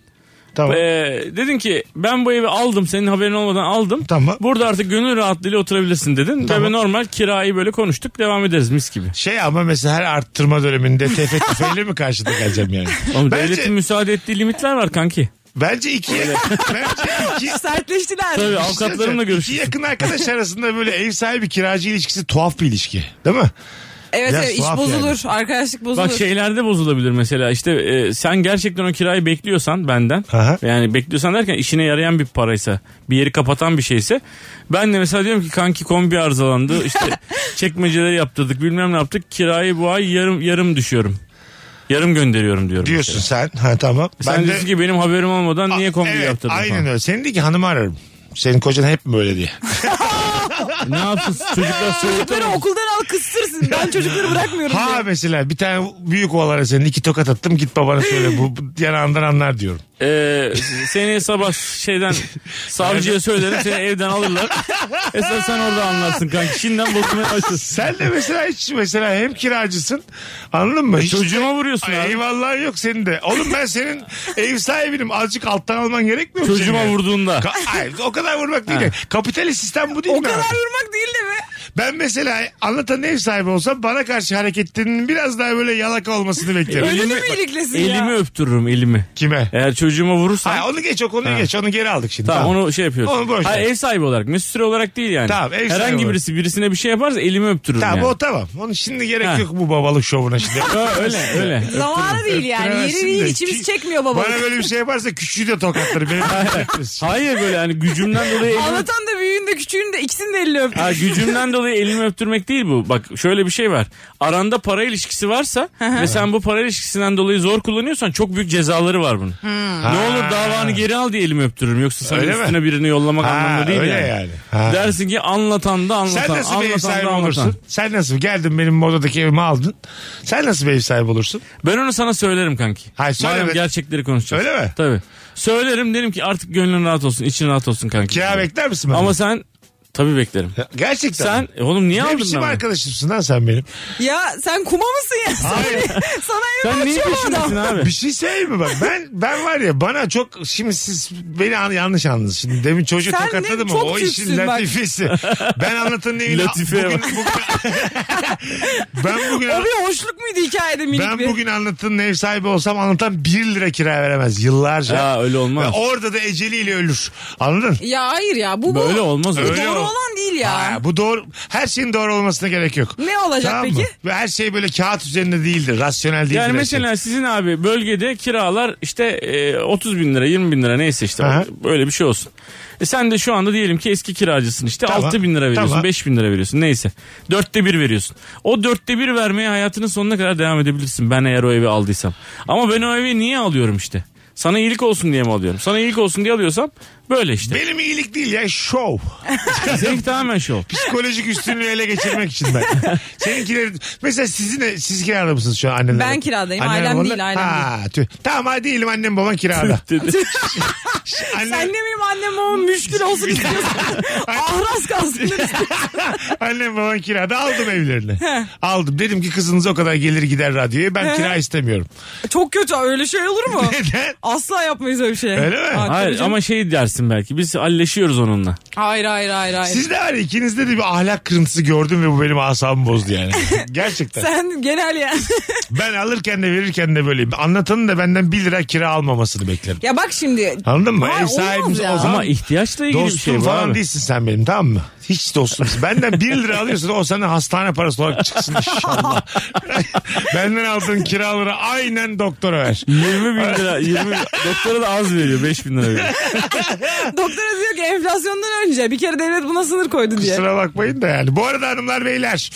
Speaker 1: Tamam.
Speaker 2: Ee, dedin ki ben bu evi aldım senin haberin olmadan aldım.
Speaker 1: Tamam.
Speaker 2: Burada artık gönül rahatlığıyla oturabilirsin
Speaker 1: Tamam.
Speaker 2: dedin. Tabii normal kirayı böyle konuştuk devam ederiz mis gibi.
Speaker 1: Şey ama mesela her arttırma döneminde tefe tüfeğiyle mi karşılık geleceğim yani?
Speaker 2: Oğlum
Speaker 1: Bence-
Speaker 2: devletin müsaade ettiği limitler var kanki.
Speaker 1: Bence ikiye, bence iki,
Speaker 3: Sertleştiler.
Speaker 2: Tabii
Speaker 1: Bir şey söyleyeceğim.
Speaker 2: avukatlarımla
Speaker 1: İki
Speaker 2: görüşürüz.
Speaker 1: yakın arkadaş arasında böyle ev sahibi kiracı ilişkisi tuhaf bir ilişki. Değil mi?
Speaker 3: Evet
Speaker 1: Biraz
Speaker 3: evet
Speaker 1: tuhaf
Speaker 3: iş bozulur. Arkadaşlık bozulur.
Speaker 2: Bak şey- şeylerde bozulabilir mesela işte e, sen gerçekten o kirayı bekliyorsan benden
Speaker 1: Aha.
Speaker 2: yani bekliyorsan derken işine yarayan bir paraysa bir yeri kapatan bir şeyse ben de mesela diyorum ki kanki kombi arızalandı işte çekmeceleri yaptırdık bilmem ne yaptık kirayı bu ay yarım yarım düşüyorum yarım gönderiyorum diyorum.
Speaker 1: Diyorsun sen. Ha tamam.
Speaker 2: Mesela. Sen diyorsun ki benim haberim olmadan niye kombi
Speaker 1: evet,
Speaker 2: yaptırdın
Speaker 1: Aynen
Speaker 2: falan.
Speaker 1: öyle. Senin de ki hanımı ararım. Senin kocan hep mi böyle diye.
Speaker 2: Ne yapsın çocuklar soğukta
Speaker 3: Çocukları okuldan al kıstırsın. Ben çocukları bırakmıyorum
Speaker 1: Ha
Speaker 3: diye.
Speaker 1: mesela bir tane büyük oğlana senin iki tokat attım git babana söyle bu, bu yanağından anlar diyorum.
Speaker 2: Ee, seni sabah şeyden savcıya söylerim seni evden alırlar. Esas sen orada anlarsın kanki. Şimdiden bozulmaya başlasın.
Speaker 1: Sen de mesela hiç mesela hem kiracısın anladın mı? Hiç
Speaker 2: E, Çocuğuma vuruyorsun
Speaker 1: Ay,
Speaker 2: abi.
Speaker 1: eyvallah yok senin de. Oğlum ben senin ev sahibinim. Azıcık alttan alman gerekmiyor mu?
Speaker 2: Çocuğuma
Speaker 1: senin?
Speaker 2: vurduğunda.
Speaker 1: Ka- Hayır, o kadar vurmak değil. de. Kapitalist sistem bu değil
Speaker 3: O
Speaker 1: mi?
Speaker 3: kadar
Speaker 1: abi?
Speaker 3: vurmak değil de mi?
Speaker 1: Ben mesela anlatan ev sahibi olsam bana karşı hareketlerinin biraz daha böyle yalaka olmasını beklerim.
Speaker 3: Ölünü mü iyiliklesin ya?
Speaker 2: Elimi öptürürüm elimi.
Speaker 1: Kime?
Speaker 2: Eğer çocuğuma vurursan.
Speaker 1: Hayır, onu geç o konuyu
Speaker 2: Ha.
Speaker 1: geç. Onu geri aldık şimdi.
Speaker 2: Tamam, onu şey yapıyorsun.
Speaker 1: Onu boş ver.
Speaker 2: Hayır, ev sahibi olarak mesut süre olarak değil yani.
Speaker 1: Tamam, ev sahibi
Speaker 2: Herhangi
Speaker 1: olarak.
Speaker 2: birisi birisine bir şey yaparsa elimi öptürürüm
Speaker 1: Tamam
Speaker 2: yani.
Speaker 1: o tamam. Onu şimdi gerek
Speaker 2: Ha.
Speaker 1: yok bu babalık şovuna şimdi.
Speaker 2: Ö- öyle öyle.
Speaker 3: Zamanı değil yani. Yeri
Speaker 1: Öptüremezsin
Speaker 3: değil.
Speaker 1: de.
Speaker 3: içimiz
Speaker 1: Ki-
Speaker 3: çekmiyor baba.
Speaker 1: Bana böyle bir şey yaparsa küçüğü de tokatlarım. Benim şey Hayır.
Speaker 2: Hayır böyle hani gücümden dolayı elimi
Speaker 3: Anlatan da büyüğün de küçüğün de ikisini de elini öptü.
Speaker 2: Ha, gücümden dolayı elimi öptürmek değil bu. Bak şöyle bir şey var. Aranda para ilişkisi varsa ve sen bu para ilişkisinden dolayı zor kullanıyorsan çok büyük cezaları var bunun. Ne olur davanı geri al diye elimi öptürürüm. Yoksa sana
Speaker 1: Öyle mi?
Speaker 2: üstüne birini yollamak
Speaker 1: Ha,
Speaker 2: anlamında değil
Speaker 1: öyle
Speaker 2: yani.
Speaker 1: yani. Ha.
Speaker 2: Dersin ki anlatan da anlatan.
Speaker 1: Sen nasıl bir ev
Speaker 2: anlatan
Speaker 1: sahibi
Speaker 2: da anlatan.
Speaker 1: olursun? Sen nasıl? Geldin benim odadaki evimi aldın. Sen nasıl bir ev sahibi olursun?
Speaker 2: Ben onu sana söylerim kanki.
Speaker 1: Hayır, söyle
Speaker 2: Madem
Speaker 1: be.
Speaker 2: gerçekleri konuşacağız.
Speaker 1: Öyle mi?
Speaker 2: Tabii. Söylerim derim ki artık gönlün rahat olsun, için rahat olsun kanki.
Speaker 1: Kira bekler misin benden?
Speaker 2: Ama sen tabii beklerim.
Speaker 1: Gerçekten.
Speaker 2: Sen e, oğlum niye
Speaker 1: ne
Speaker 2: aldın
Speaker 1: biçim
Speaker 2: lan?
Speaker 1: arkadaşımsın lan sen benim?
Speaker 3: Ya sen kuma mısın ya? Sana-
Speaker 1: Hayır.
Speaker 3: Sana ev
Speaker 2: Sen neyin
Speaker 3: açıyor bu
Speaker 2: peşindesin
Speaker 3: adam.
Speaker 2: abi?
Speaker 1: bir şey söyleyeyim mi bak? Ben ben var ya bana çok şimdi siz beni an, yanlış anladınız. Şimdi demin çocuğu
Speaker 3: Sen ne
Speaker 1: tokatladım ama
Speaker 3: çok
Speaker 1: o işin
Speaker 3: cüssün bak.
Speaker 1: latifesi. ben anlatanın evini
Speaker 2: Latife
Speaker 1: bugün,
Speaker 2: bak.
Speaker 1: bugün- ben bugün
Speaker 3: O bir hoşluk muydu hikayede minik
Speaker 1: ben
Speaker 3: bir?
Speaker 1: bugün anlatanın ev sahibi olsam anlatan 1 lira kira veremez yıllarca.
Speaker 2: Ha, öyle olmaz.
Speaker 1: Ve orada da eceliyle ölür. Anladın?
Speaker 3: Ya hayır ya bu bu.
Speaker 2: Böyle olmaz.
Speaker 3: Bu
Speaker 2: öyle.
Speaker 1: Öyle
Speaker 3: doğru
Speaker 1: o.
Speaker 3: olan değil ya.
Speaker 1: Ha, bu doğru. Her şeyin doğru olmasına gerek yok.
Speaker 3: Ne olacak
Speaker 1: Tamam
Speaker 3: peki?
Speaker 1: Mı? Ve her şey böyle kağıt üzerinde değildir. Rasyonel değildir.
Speaker 2: Yani
Speaker 1: her şey.
Speaker 2: mesela sizin abi bölgede kiralar işte e, 30 bin lira 20 bin lira neyse işte
Speaker 1: Aha.
Speaker 2: böyle bir şey olsun. E sen de şu anda diyelim ki eski kiracısın işte
Speaker 1: Tamam.
Speaker 2: 6 bin lira veriyorsun
Speaker 1: Tamam.
Speaker 2: 5 bin lira veriyorsun neyse. Dörtte bir veriyorsun. O dörtte bir vermeye hayatının sonuna kadar devam edebilirsin ben eğer o evi aldıysam. Ama ben o evi niye alıyorum işte? Sana iyilik olsun diye mi alıyorum? Sana iyilik olsun diye alıyorsam böyle işte.
Speaker 1: Benim iyilik değil ya şov.
Speaker 2: Zevk tamamen şov.
Speaker 1: Psikolojik üstünlüğü ele geçirmek için ben. Seninkileri mesela sizin de- siz kirada mısınız şu an annenle?
Speaker 3: Ben kiradayım. Ailem değil, ailem
Speaker 1: değil. Tüh. Tamam hadi değilim annem baban kirada. Anne-
Speaker 3: Sen ne miyim annem babam müşkül olsun istiyorsun. Ahraz kalsın istiyorsun.
Speaker 1: Annem babam kirada aldım evlerini. aldım. Dedim ki kızınız o kadar gelir gider radyoya. Ben kira istemiyorum.
Speaker 3: Çok kötü öyle şey olur mu?
Speaker 1: Neden?
Speaker 3: Asla yapmayız öyle bir şey.
Speaker 1: Öyle mi?
Speaker 3: Ha, tabii
Speaker 2: Hayır
Speaker 3: canım.
Speaker 2: ama şey dersin belki biz halleşiyoruz onunla.
Speaker 3: Hayır hayır hayır. hayır.
Speaker 1: Siz de var ya, ikinizde de bir ahlak kırıntısı gördüm ve bu benim asabımı bozdu yani. Gerçekten.
Speaker 3: Sen genel yani.
Speaker 1: Ben alırken de verirken de böyleyim. Anlatanın da benden 1 lira kira almamasını beklerim.
Speaker 3: ya bak şimdi.
Speaker 1: Anladın mı?
Speaker 3: Hayır,
Speaker 1: Ev sahibimiz
Speaker 3: olmaz ya.
Speaker 1: o zaman
Speaker 2: Ama ihtiyaçla ilgili
Speaker 1: dostum
Speaker 2: bir şey bu
Speaker 1: falan
Speaker 2: abi.
Speaker 1: değilsin sen benim tamam mı? Hiç dostumsun. Benden 1 lira alıyorsun o sana hastane parası olarak çıksın inşallah. Benden aldığın kiraları aynen doktora ver.
Speaker 2: 20 bin lira. 20 doktora da az veriyor. 5 bin lira veriyor.
Speaker 3: Doktora diyor ki enflasyondan önce bir kere devlet buna sınır koydu diye.
Speaker 1: Kusura bakmayın da yani. Bu arada hanımlar beyler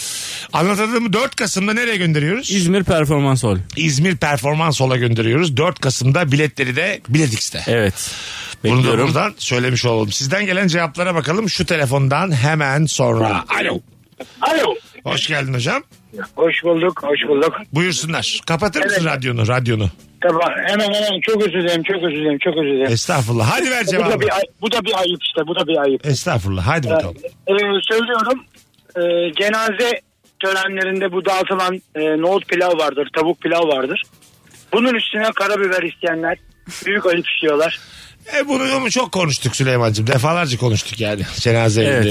Speaker 1: anlatadığımı 4 Kasım'da nereye gönderiyoruz?
Speaker 2: İzmir Performans Hall.
Speaker 1: İzmir Performans Hall'a gönderiyoruz. 4 Kasım'da biletleri de Biletix'te.
Speaker 2: Evet.
Speaker 1: Bunu da
Speaker 2: Bekliyorum.
Speaker 1: buradan söylemiş olalım. Sizden gelen cevaplara bakalım şu telefondan hemen sonra. Alo.
Speaker 9: Alo.
Speaker 1: Hoş geldin hocam.
Speaker 9: Hoş bulduk, hoş bulduk.
Speaker 1: Buyursunlar. Kapatır mısın radyonu, radyonu?
Speaker 9: Tamam, hemen hemen çok özür dilerim, çok özür dilerim, çok özür dilerim.
Speaker 1: Estağfurullah. Hadi ver
Speaker 9: Bu da,
Speaker 1: cevabı.
Speaker 9: bir, ay- bu da bir ayıp işte, bu da bir ayıp.
Speaker 1: Estağfurullah. Hadi bakalım.
Speaker 9: Ee, söylüyorum, e, cenaze törenlerinde bu dağıtılan e, nohut pilav vardır, tavuk pilav vardır. Bunun üstüne karabiber isteyenler büyük ayıp işliyorlar.
Speaker 1: E bunu çok konuştuk Süleyman'cığım. Defalarca konuştuk yani cenaze
Speaker 2: Evet.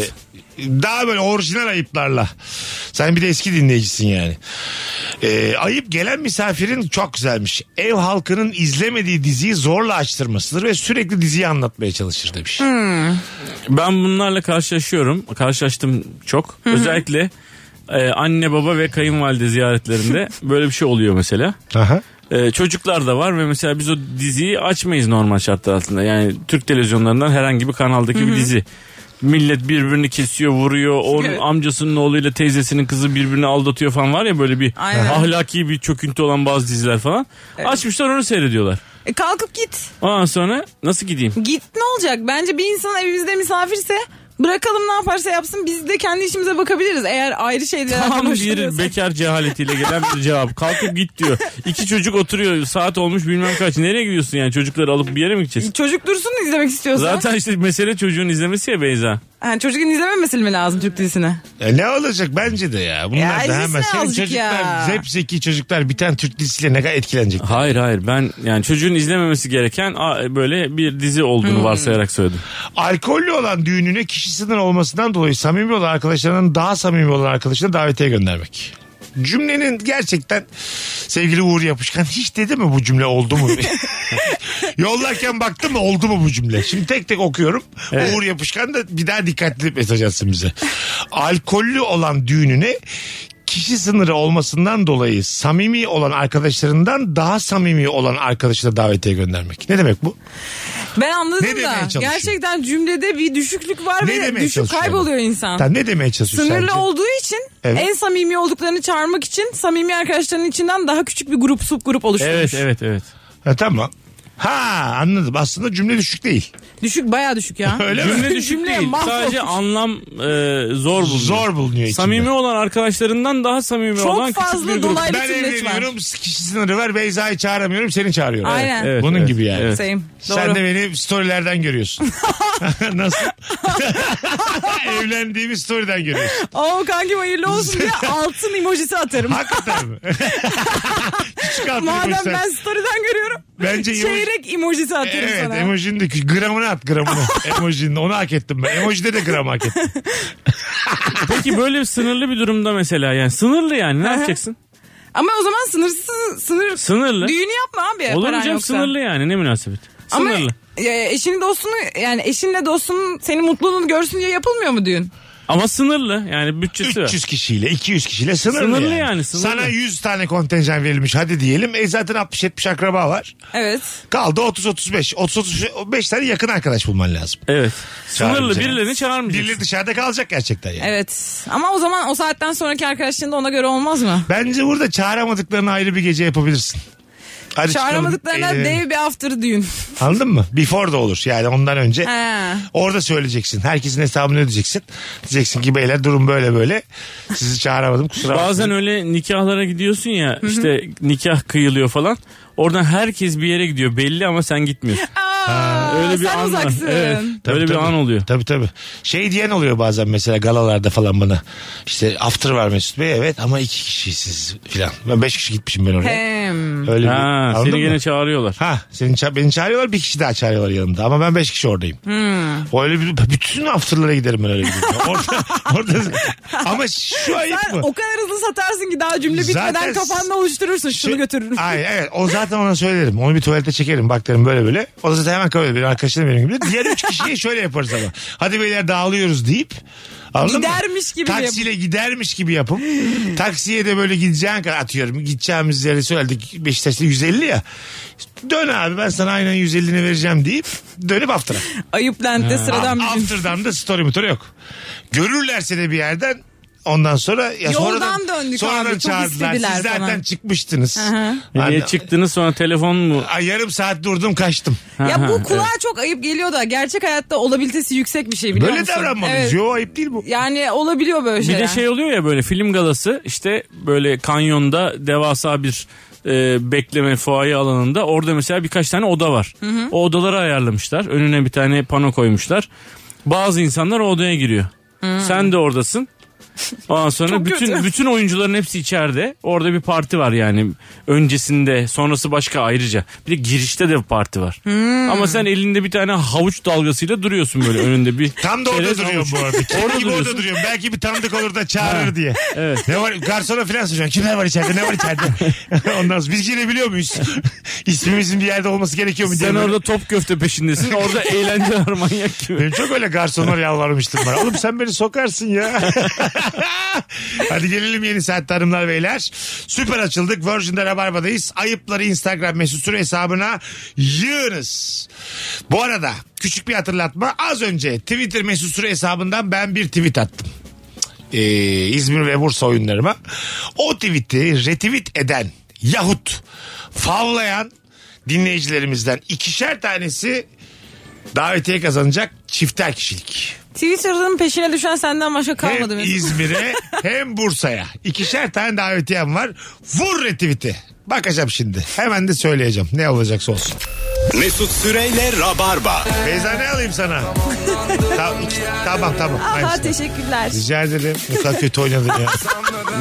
Speaker 1: evinde. Daha böyle orijinal ayıplarla. Sen bir de eski dinleyicisin yani. E, ayıp gelen misafirin çok güzelmiş. Ev halkının izlemediği diziyi zorla açtırmasıdır ve sürekli diziyi anlatmaya çalışır demiş.
Speaker 2: Ben bunlarla karşılaşıyorum. Karşılaştım çok. Özellikle e, anne baba ve kayınvalide ziyaretlerinde böyle bir şey oluyor mesela.
Speaker 1: Aha.
Speaker 2: E, çocuklar da var ve mesela biz o diziyi açmayız normal şartlar altında. Yani Türk televizyonlarından herhangi bir kanaldaki bir dizi. Millet birbirini kesiyor, vuruyor. Onun
Speaker 3: Evet.
Speaker 2: amcasının oğluyla teyzesinin kızı birbirini aldatıyor falan var ya böyle bir
Speaker 3: Aynen.
Speaker 2: ahlaki bir çöküntü olan bazı diziler falan. Açmışlar onu seyrediyorlar.
Speaker 3: E, kalkıp git.
Speaker 2: Ondan sonra nasıl gideyim?
Speaker 3: Git ne olacak? Bence bir insan evimizde misafirse Bırakalım ne yaparsa yapsın biz de kendi işimize bakabiliriz eğer ayrı şeyler
Speaker 2: Tam bir bekar cehaletiyle gelen bir cevap. Kalkıp git diyor. İki çocuk oturuyor. Saat olmuş bilmem kaç. Nereye gidiyorsun yani? Çocukları alıp bir yere mi gideceğiz?
Speaker 3: Çocuk dursun da izlemek istiyorsa.
Speaker 2: Zaten işte mesele çocuğun izlemesi ya Beyza.
Speaker 3: Yani çocuğun izlememesi mi lazım Türk dizisini?
Speaker 1: E ne olacak bence de ya. Bunlar
Speaker 3: Ya
Speaker 1: da
Speaker 3: Elvis
Speaker 1: hemen.
Speaker 3: ne
Speaker 1: Senin
Speaker 3: azıcık
Speaker 1: çocuklar
Speaker 3: ya.
Speaker 1: hep zeki çocuklar biten Türk dizisiyle ne kadar etkilenecek.
Speaker 2: Hayır hayır ben yani çocuğun izlememesi gereken a- böyle bir dizi olduğunu varsayarak söyledim.
Speaker 1: Alkollü olan düğününe kişisinden olmasından dolayı samimi olan arkadaşlarının daha samimi olan arkadaşına davetiye göndermek. Cümlenin gerçekten sevgili Uğur Yapışkan hiç dedi mi bu cümle oldu mu? Yollarken baktım mı oldu mu bu cümle? Şimdi tek tek okuyorum. Uğur Yapışkan da bir daha dikkatli mesaj atsın bize. Alkollü olan düğününe kişi sınırı olmasından dolayı samimi olan arkadaşlarından daha samimi olan arkadaşına davetiye göndermek. Ne demek bu?
Speaker 3: Ben anladım
Speaker 1: Ne demeye
Speaker 3: da
Speaker 1: çalışıyor?
Speaker 3: gerçekten cümlede bir düşüklük var
Speaker 1: Ne
Speaker 3: ve
Speaker 1: demeye
Speaker 3: düşük
Speaker 1: çalışıyor bu?
Speaker 3: kayboluyor insan.
Speaker 1: Sen ne demeye çalışıyorsun?
Speaker 3: Sınırlı
Speaker 1: sence?
Speaker 3: olduğu için
Speaker 1: Evet.
Speaker 3: en samimi olduklarını çağırmak için samimi arkadaşlarının içinden daha küçük bir grup subgrup oluşturmuş.
Speaker 2: Evet evet evet.
Speaker 1: Ha, tamam. Ha anladım. Aslında cümle düşük değil.
Speaker 3: Düşük baya düşük ya.
Speaker 1: Öyle mi?
Speaker 2: Cümle düşük
Speaker 3: Cümleye
Speaker 2: değil.
Speaker 3: mahvolmuş.
Speaker 2: Sadece anlam e, zor bulunuyor.
Speaker 1: Zor bulunuyor içinde.
Speaker 2: Samimi olan arkadaşlarından daha samimi
Speaker 3: Çok
Speaker 2: olan küçük
Speaker 3: fazla
Speaker 2: bir grup.
Speaker 3: dolaylı
Speaker 1: Ben
Speaker 3: tümleç var.
Speaker 1: evleniyorum. Kişi sınırı var. Beyza'yı çağıramıyorum. Seni çağırıyorum.
Speaker 3: Aynen.
Speaker 2: Evet,
Speaker 1: Bunun
Speaker 2: evet,
Speaker 1: gibi yani.
Speaker 2: evet.
Speaker 3: Same. Doğru.
Speaker 1: Sen de beni storylerden görüyorsun. Nasıl? Evlendiğimi storyden görüyorsun.
Speaker 3: Oo kankim hayırlı olsun diye altın emojisi atarım.
Speaker 1: Hakikaten mi? Küçük altın
Speaker 3: Madem
Speaker 1: emoji sen.
Speaker 3: ben story'den görüyorum.
Speaker 1: Bence emoji-
Speaker 3: çeyrek emojisi atarım
Speaker 1: Evet
Speaker 3: sana.
Speaker 1: emojinin de gramını at gramını. emojinin onu hak ettim ben. Emojide de gram hak ettim.
Speaker 2: Peki böyle bir sınırlı bir durumda mesela yani sınırlı yani ne yapacaksın?
Speaker 3: Ama o zaman sınırsız sınır
Speaker 2: Sınırlı.
Speaker 3: düğünü yapma abi.
Speaker 2: Olur mu
Speaker 3: paran
Speaker 2: canım
Speaker 3: yoksa.
Speaker 2: sınırlı yani ne münasebet.
Speaker 3: Ama
Speaker 2: Sınırlı.
Speaker 3: e, eşini dostunu yani eşinle dostunun senin mutluluğunu görsün diye yapılmıyor mu düğün?
Speaker 2: Ama, sınırlı yani bütçesi var.
Speaker 1: 300 kişiyle 200 kişiyle sınırlı,
Speaker 2: Sınırlı
Speaker 1: yani.
Speaker 2: yani, sınırlı.
Speaker 1: Sana 100 tane kontenjan verilmiş hadi diyelim. E zaten 60-70 akraba var.
Speaker 3: Evet.
Speaker 1: Kaldı 30-35. 30-35 tane yakın arkadaş bulman lazım.
Speaker 2: Evet. Sınırlı
Speaker 1: Çağırmayacaksın.
Speaker 2: birilerini çağırmayacaksın.
Speaker 1: Birileri dışarıda kalacak gerçekten yani.
Speaker 3: Evet. Ama o zaman o saatten sonraki arkadaşlığın da ona göre olmaz mı?
Speaker 1: Bence burada çağıramadıklarını ayrı bir gece yapabilirsin. Hadi çıkalım,
Speaker 3: Çağıramadıklarına
Speaker 1: eğlenelim.
Speaker 3: dev bir after düğün.
Speaker 1: Anladın mı? Before da olur yani ondan önce.
Speaker 3: He.
Speaker 1: Orada söyleyeceksin. Herkesin hesabını ödeyeceksin. Diyeceksin ki beyler durum böyle böyle. Sizi çağıramadım kusura bakmayın.
Speaker 2: Bazen öyle nikahlara gidiyorsun ya işte nikah kıyılıyor falan. Oradan herkes bir yere gidiyor belli ama sen gitmiyorsun.
Speaker 3: Aa,
Speaker 2: öyle bir
Speaker 3: sen
Speaker 2: an var.
Speaker 3: uzaksın.
Speaker 2: Evet.
Speaker 1: Tabii,
Speaker 2: Öyle bir
Speaker 1: tabii.
Speaker 2: an oluyor.
Speaker 1: Tabii tabii. Şey diyen oluyor bazen mesela galalarda falan bana. İşte after var Mesut Bey evet ama iki kişisiniz filan. Ben beş kişi gitmişim ben oraya.
Speaker 3: Hem.
Speaker 1: Öyle bir,
Speaker 2: Ha,
Speaker 1: anladın
Speaker 2: seni
Speaker 1: mı?
Speaker 2: gene çağırıyorlar.
Speaker 1: Ha seni ça- beni çağırıyorlar bir kişi daha çağırıyorlar yanımda ama ben beş kişi oradayım. Öyle bir bütün afterlara giderim ben öyle bir. gün. orada, orada ama şu ayıp
Speaker 3: Sen
Speaker 1: mı?
Speaker 3: o kadar hızlı satarsın ki daha cümle bitmeden
Speaker 1: Zaten-
Speaker 3: kafanda oluşturursun. Şunu
Speaker 1: Şu-
Speaker 3: götürürüm.
Speaker 1: Şey- Ay evet. O zaten ona söylerim. Onu bir tuvalete çekerim. Bak derim böyle böyle. O da zaten hemen kabul ediyor. Arkadaşlarım benim gibi. Diğer üç kişiye şöyle yaparız ama. Hadi beyler dağılıyoruz deyip. Anladın
Speaker 3: Gidermiş
Speaker 1: mı?
Speaker 3: gibi
Speaker 1: Taksiyle gidermiş gibi yapıp. Taksiye de böyle gideceğin kadar atıyorum. Gideceğimiz yere söyledik. Beşiktaş'ta 150 ya. Dön abi ben sana aynen 150'ni vereceğim deyip dönüp after'a.
Speaker 3: Ayıp lente sıradan bir gün.
Speaker 1: After'dan da story motor yok. Görürlerse de bir yerden ondan sonra ya sonradan,
Speaker 3: Yoldan döndük
Speaker 1: sonradan
Speaker 3: abi, çok
Speaker 1: çağırdılar.
Speaker 3: istediler
Speaker 1: Siz zaten
Speaker 3: falan.
Speaker 1: çıkmıştınız.
Speaker 3: hı.
Speaker 2: Nereye
Speaker 1: Anne-
Speaker 2: çıktınız sonra telefon mu?
Speaker 1: Ay, yarım saat durdum kaçtım.
Speaker 3: Ya bu
Speaker 2: Aha,
Speaker 3: kulağa çok ayıp geliyor da gerçek hayatta olabilitesi yüksek bir şey biliyor
Speaker 1: Böyle
Speaker 3: musun?
Speaker 1: davranmalıyız.
Speaker 3: Evet.
Speaker 1: Yo ayıp değil bu.
Speaker 3: Yani olabiliyor böyle
Speaker 2: Bir
Speaker 3: şeyler.
Speaker 2: de şey oluyor ya böyle film galası işte böyle kanyonda devasa bir e, bekleme fuaye alanında orada mesela birkaç tane oda var. O odaları ayarlamışlar. Önüne bir tane pano koymuşlar. Bazı insanlar o odaya giriyor. Sen de oradasın. Ondan sonra
Speaker 3: Çok
Speaker 2: bütün
Speaker 3: kötü.
Speaker 2: bütün oyuncuların hepsi içeride. Orada bir parti var yani. Öncesinde, sonrası başka ayrıca. Bir de girişte de bir parti var. Ama sen elinde bir tane havuç dalgasıyla duruyorsun böyle önünde bir.
Speaker 1: Tam da orada
Speaker 2: çerez
Speaker 1: duruyorum
Speaker 2: havuç.
Speaker 1: bu arada. Kim
Speaker 2: Orada
Speaker 1: gibi
Speaker 2: duruyorsun.
Speaker 1: orada duruyorum. Belki bir tanıdık olur da çağırır diye. Ne var? Garsona filan soracaksın. Kimler var içeride? Ne var içeride? Ondan sonra biz girebiliyor muyuz? İsmimizin bir yerde olması gerekiyor mu? diye
Speaker 2: Sen
Speaker 1: böyle-
Speaker 2: orada top köfte peşindesin. Orada eğlence var manyak gibi.
Speaker 1: Benim çok öyle garsonlar yalvarmıştım bana. Oğlum sen beni sokarsın ya. Hadi gelelim yeni saatte hanımlar beyler. Süper açıldık. Virgin'de Rabarba'dayız. Ayıpları Instagram mesut süre hesabına yığınız. Bu arada küçük bir hatırlatma. Az önce Twitter mesut süre hesabından ben bir tweet attım. Ee, İzmir ve Bursa oyunlarıma. O tweet'i retweet eden yahut favlayan dinleyicilerimizden ikişer tanesi davetiye kazanacak çifter kişilik.
Speaker 3: Twitter'ın peşine düşen senden başka kalmadı
Speaker 1: hem
Speaker 3: Mesut.
Speaker 1: İzmir'e hem Bursa'ya. İkişer tane davetiyem var. Vur retweet'i. Bakacağım şimdi. Hemen de söyleyeceğim. Ne olacaksa olsun.
Speaker 8: Mesut Süreyle Rabarba.
Speaker 1: Beyza ne alayım sana? tamam, iki- tamam tamam.
Speaker 3: Aha
Speaker 1: Aynısı.
Speaker 3: teşekkürler.
Speaker 1: Rica ederim. Ne kadar kötü oynadın ya.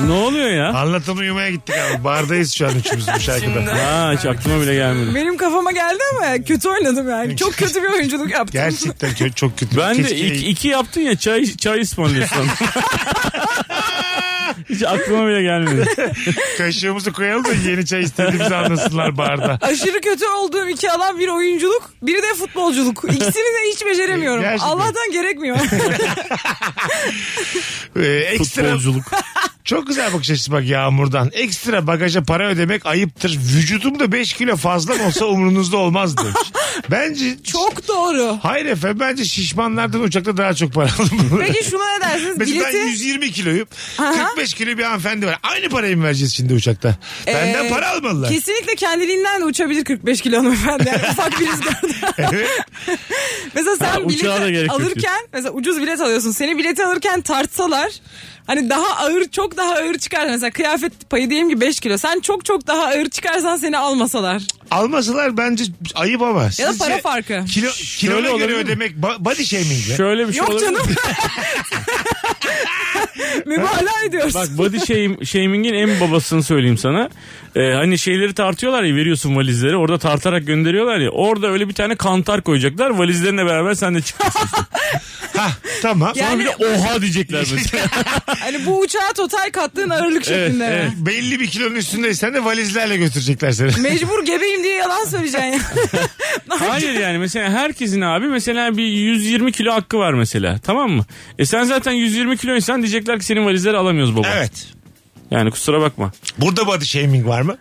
Speaker 2: Ne oluyor ya?
Speaker 1: Anlatımı yumaya gittik abi. Bardayız şu an üçümüz bu şarkıda.
Speaker 2: Ha, hiç aklıma bile gelmedi.
Speaker 3: Benim kafama geldi ama kötü oynadım yani. Çok kötü bir oyunculuk yaptım.
Speaker 1: Gerçekten çok, çok kötü.
Speaker 2: Ben de
Speaker 1: Keşke-
Speaker 2: iki, iki yaptın ya çay çay ısmarlıyorsun. hiç aklıma bile gelmedi.
Speaker 1: kaşığımızı koyalım da yeni çay istediğimizi anlasınlar barda.
Speaker 3: Aşırı kötü olduğum iki alan bir oyunculuk, biri de futbolculuk. İkisini de hiç beceremiyorum.
Speaker 1: Gerçekten.
Speaker 3: Allah'tan gerekmiyor.
Speaker 1: Ee, ekstra,
Speaker 2: Futbolculuk.
Speaker 1: Çok güzel bakış açısı bak Yağmur'dan. Ekstra bagaja para ödemek ayıptır. Vücudumda 5 kilo fazla mı olsa umurunuzda olmaz demiş. Bence...
Speaker 3: Çok doğru.
Speaker 1: Hayır efendim bence şişmanlardan uçakta daha çok para aldım.
Speaker 3: Peki şuna ne dersiniz?
Speaker 1: Mesela
Speaker 3: Bileti
Speaker 1: ben 120 kiloyum. 45 kilo bir hanımefendi var. Aynı parayı mı vereceğiz şimdi uçakta? Benden
Speaker 3: Ee,
Speaker 1: para almalılar.
Speaker 3: kesinlikle kendiliğinden de uçabilir 45 kilo hanımefendi. Yani ufak bir rüzgarda.
Speaker 1: Evet.
Speaker 3: Mesela sen
Speaker 2: Ha, uçağa da gerek
Speaker 3: bileti
Speaker 2: yok
Speaker 3: alırken mesela ucuz bilet alıyorsun. Seni bileti alırken tartsalar hani daha ağır çok daha ağır çıkar. Mesela kıyafet payı diyeyim ki 5 kilo. Sen çok çok daha ağır çıkarsan seni almasalar.
Speaker 1: Almasalar bence ayıp ama.
Speaker 3: Ya da
Speaker 1: Sizce
Speaker 3: para farkı.
Speaker 1: Kilo, kilona göre
Speaker 2: olabilir mi?
Speaker 1: ödemek ba- body shaming mi?
Speaker 2: Şöyle bir şey
Speaker 3: Yok
Speaker 2: olabilir.
Speaker 3: canım. Mübalağa ediyorsun.
Speaker 2: Bak body shame- shaming'in en babasını söyleyeyim sana. Ee, hani şeyleri tartıyorlar ya veriyorsun valizleri. Orada tartarak gönderiyorlar ya. Orada öyle bir tane kantar koyacaklar. Valizlerinle beraber sen de çıkacaksın.
Speaker 1: Hah, tamam.
Speaker 2: Sonra
Speaker 3: Yani-
Speaker 2: bir de oha diyecekler mesela.
Speaker 3: Hani bu uçağa total kattığın ağırlık şeklinde.
Speaker 2: evet.
Speaker 1: Belli bir kilonun üstündeysen de valizlerle götürecekler seni.
Speaker 3: Mecbur gebeyim diye yalan söyleyeceksin.
Speaker 2: Hayır yani mesela herkesin abi mesela bir 120 kilo hakkı var mesela. Tamam mı? E sen zaten 120 kiloysan diyecekler ki senin valizleri alamıyoruz baba.
Speaker 1: evet.
Speaker 2: Yani kusura bakma.
Speaker 1: Burada body shaming var mı?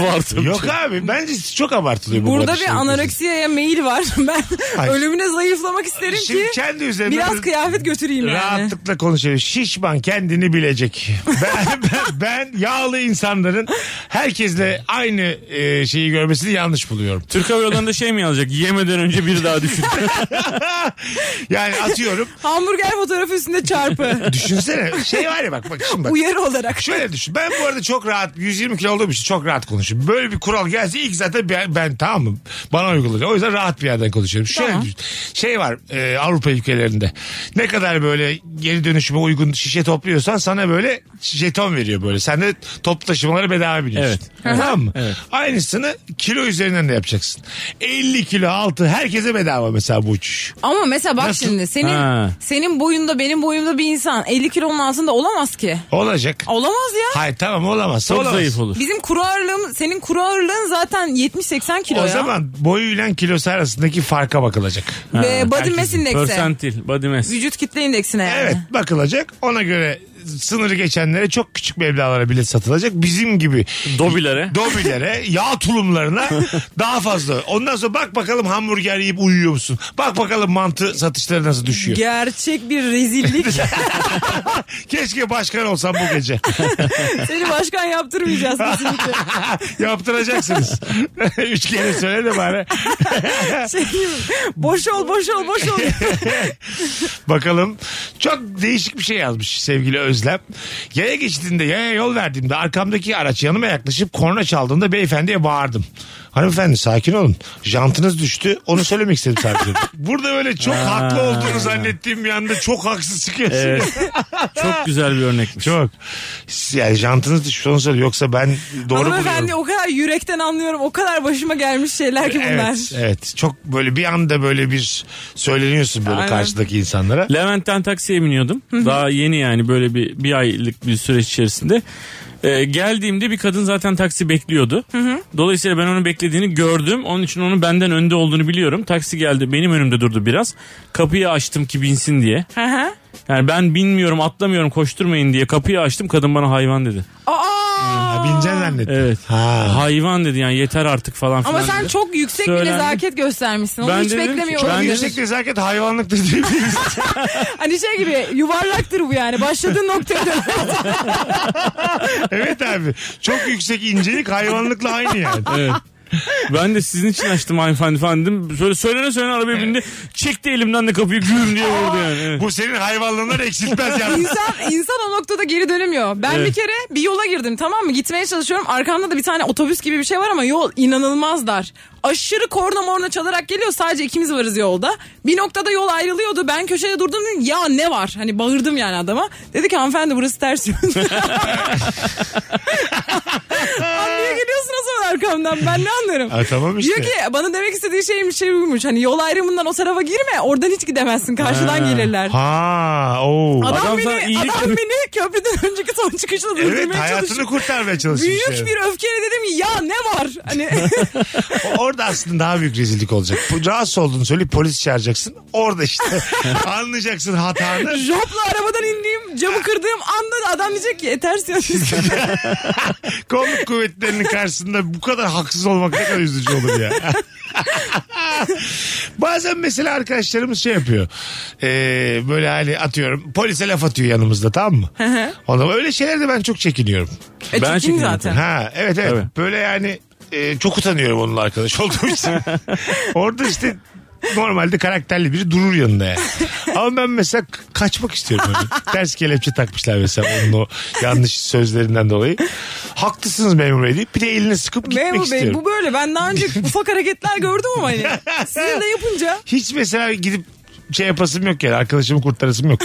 Speaker 2: Var tabii.
Speaker 1: Ee, Yok abi bence çok abartılıyor bu
Speaker 3: Burada
Speaker 1: body
Speaker 3: bir
Speaker 1: shaming.
Speaker 3: anoreksiyaya meyil var. Ben
Speaker 1: Ay.
Speaker 3: ölümüne zayıflamak isterim
Speaker 1: Şimdi
Speaker 3: ki
Speaker 1: kendi üzerine
Speaker 3: biraz
Speaker 1: bir-
Speaker 3: kıyafet götüreyim yani.
Speaker 1: Rahatlıkla konuşuyor. Şişman kendini bilecek. Ben, ben, ben yağlı insanların herkesle aynı e, şeyi görmesini yanlış buluyorum.
Speaker 2: Türk Hava Yolları'nda şey mi yazacak? Yemeden önce bir daha düşün.
Speaker 1: Yani atıyorum.
Speaker 3: Hamburger fotoğrafı üstünde çarpı.
Speaker 1: düşünsene şey var ya bak bak şimdi bak.
Speaker 3: Uyarı olarak.
Speaker 1: Şöyle düşün. Ben bu arada çok rahat 120 kilo olduğum için çok rahat konuşuyorum. Böyle bir kural gelse ilk zaten ben, ben tamam mı? Bana uygulanıyor. O yüzden rahat bir yerden konuşuyorum. Şöyle
Speaker 3: Tamam.
Speaker 1: düşün. Şey var e, Avrupa ülkelerinde. Ne kadar böyle geri dönüşüme uygun şişe topluyorsan sana böyle jeton veriyor böyle. Sen de toplu taşımalara bedava biniyorsun.
Speaker 2: Evet.
Speaker 1: Tamam mı?
Speaker 2: Evet.
Speaker 1: Aynısını kilo üzerinden de yapacaksın. 50 kilo altı herkese bedava mesela bu uçuş.
Speaker 3: Ama mesela bak
Speaker 1: Nasıl?
Speaker 3: şimdi senin
Speaker 2: Ha.
Speaker 3: senin boyunda benim boyumda bir insan 50 kilonun altında olamaz ki.
Speaker 1: Olacak.
Speaker 3: Olamaz ya.
Speaker 1: Hayır tamam olamaz.
Speaker 2: Çok
Speaker 1: olamaz.
Speaker 2: zayıf olur.
Speaker 3: Bizim kuru ağırlığım senin kuru ağırlığın zaten 70-80 kilo
Speaker 1: O
Speaker 3: ya.
Speaker 1: zaman boyuyla kilosu arasındaki farka bakılacak.
Speaker 3: Ve body mass
Speaker 2: Herkesin.
Speaker 3: indekse.
Speaker 2: Persentil, body mass.
Speaker 3: Vücut kitle indeksine yani.
Speaker 1: Evet bakılacak. Ona göre sınırı geçenlere çok küçük meblağlara bilet satılacak. Bizim gibi
Speaker 2: Dobilere.
Speaker 1: dobilere, yağ tulumlarına daha fazla. Ondan sonra bak bakalım hamburger yiyip uyuyor musun? Bak bakalım mantı satışları nasıl düşüyor?
Speaker 3: Gerçek bir rezillik.
Speaker 1: Keşke başkan olsam bu gece.
Speaker 3: Seni başkan yaptırmayacağız kesinlikle.
Speaker 1: Yaptıracaksınız. Üç kere söyle de bari.
Speaker 3: Şey gibi, boş ol boş ol boş ol.
Speaker 1: Bakalım. Çok değişik bir şey yazmış sevgili Özlem. Yaya geçtiğinde yaya yol verdiğimde arkamdaki araç yanıma yaklaşıp korna çaldığında beyefendiye bağırdım. Hanımefendi sakin olun. Jantınız düştü. Onu söylemek istedim sadece. Burada böyle çok haklı olduğunu zannettiğim bir anda çok haksız çıkıyorsun.
Speaker 2: Çok güzel bir örnekmiş.
Speaker 1: Çok. Yani jantınız düştü onu söyle. Yoksa ben doğru
Speaker 3: Hanımefendi
Speaker 1: buluyorum.
Speaker 3: o kadar yürekten anlıyorum. O kadar başıma gelmiş şeyler ki bunlar.
Speaker 1: Evet, evet. Çok böyle bir anda böyle bir söyleniyorsun böyle
Speaker 3: Aynen.
Speaker 1: karşıdaki insanlara.
Speaker 2: Levent'ten taksiye biniyordum. Daha yeni yani böyle bir, bir aylık bir süreç içerisinde. Ee, geldiğimde bir kadın zaten taksi bekliyordu. Dolayısıyla ben onu beklediğini gördüm. Onun için onun benden önde olduğunu biliyorum. Taksi geldi benim önümde durdu biraz. Kapıyı açtım ki binsin diye.
Speaker 3: Hı hı.
Speaker 2: Yani ben binmiyorum atlamıyorum koşturmayın diye kapıyı açtım. Kadın bana hayvan dedi.
Speaker 3: Aa!
Speaker 1: Ha, bineceksin zannettim.
Speaker 2: Evet.
Speaker 1: Ha.
Speaker 2: Hayvan dedi yani yeter artık falan filan.
Speaker 3: Ama sen
Speaker 2: dedi.
Speaker 3: çok yüksek bir
Speaker 2: Söylendi.
Speaker 3: nezaket göstermişsin. Onu
Speaker 2: Ben
Speaker 3: hiç
Speaker 2: dedim ki,
Speaker 3: beklemiyorum.
Speaker 1: Çok
Speaker 2: Ben de-
Speaker 1: yüksek nezaket hayvanlıktır diye bir-
Speaker 3: Hani şey gibi yuvarlaktır bu yani. Başladığın noktaya dön.
Speaker 1: Evet abi. Çok yüksek incelik hayvanlıkla aynı yani.
Speaker 2: Evet. Ben de sizin için açtım hanımefendi falan dedim. Söyle, söylene söylene arabaya bindi. Çekti elimden de kapıyı güm diye vurdu yani. Evet.
Speaker 1: Bu senin hayvanlığından eksiltmez yani.
Speaker 3: İnsan, insan o noktada geri dönemiyor. Ben
Speaker 2: Evet.
Speaker 3: bir kere bir yola girdim tamam mı? Gitmeye çalışıyorum. Arkamda da bir tane otobüs gibi bir şey var ama yol inanılmaz dar. Aşırı korna morna çalarak geliyor. Sadece ikimiz varız yolda. Bir noktada yol ayrılıyordu. Ben köşeye durdum dedim ya ne var? Hani bağırdım yani adama. Dedi ki hanımefendi burası ters yön. Lan niye geliyorsun o zaman arkamdan? Ben ne anlarım?
Speaker 1: Ha, tamam işte.
Speaker 3: Diyor ki bana demek istediği şeymiş şey buymuş. Hani yol ayrımından o tarafa girme. Oradan hiç gidemezsin. Karşıdan gelirler.
Speaker 1: Ha, oo.
Speaker 3: Adam,
Speaker 2: Adam sana
Speaker 3: beni,
Speaker 2: iyilik-
Speaker 3: adam beni köprüden önceki son çıkışta durdurmaya
Speaker 1: Evet hayatını şey.
Speaker 3: çalışıyor.
Speaker 1: kurtarmaya çalışmış.
Speaker 3: Büyük
Speaker 1: yani.
Speaker 3: bir öfkeyle dedim ki ya ne var? Hani
Speaker 1: Orada aslında daha büyük rezillik olacak. Bu- Rahatsız olduğunu söyleyip polis çağıracaksın. Orada işte anlayacaksın hatanı.
Speaker 3: jopla arabadan indiğim camı kırdığım anda adam diyecek ki "E, ters yön.
Speaker 1: Kolluk kuvvetlerinin karşısında bu kadar haksız olmak ne kadar üzücü olur ya. Bazen mesela arkadaşlarımız şey yapıyor. Ee, böyle hani atıyorum polise laf atıyor yanımızda tamam mı? Ona öyle şeylerde ben çok çekiniyorum.
Speaker 3: e,
Speaker 2: Ben
Speaker 3: çekeyim
Speaker 2: çekeyim
Speaker 3: zaten.
Speaker 1: Ha evet evet.
Speaker 2: Tabii.
Speaker 1: Böyle yani e, çok utanıyorum onunla arkadaş olduğum için. Orada işte normalde karakterli biri durur yanında yani. Ama ben mesela k- kaçmak istiyorum. Böyle. Ters kelepçe takmışlar mesela onun o yanlış sözlerinden dolayı. Haklısınız memur bey deyip bir de elini sıkıp gitmek
Speaker 3: Memur
Speaker 1: istiyorum.
Speaker 3: Bey bu böyle. Ben daha önce ufak hareketler gördüm ama hani. Sizin de yapınca.
Speaker 1: Hiç mesela gidip şey yapasım yok yani arkadaşımı kurtarasım yok.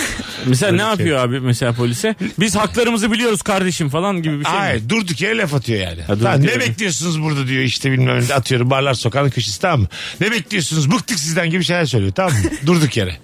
Speaker 2: Mesela ne
Speaker 1: Öyle bir şey.
Speaker 2: yapıyor abi mesela polise? Biz haklarımızı biliyoruz kardeşim falan gibi bir şey. mi?
Speaker 1: Hayır durduk yere laf atıyor yani.
Speaker 2: durduk
Speaker 1: Lan ne
Speaker 2: yere.
Speaker 1: bekliyorsunuz burada diyor işte bilmem ne atıyorum barlar sokağın köşesi tamam mı? Ne bekliyorsunuz bıktık sizden gibi şeyler söylüyor tamam mı? durduk yere.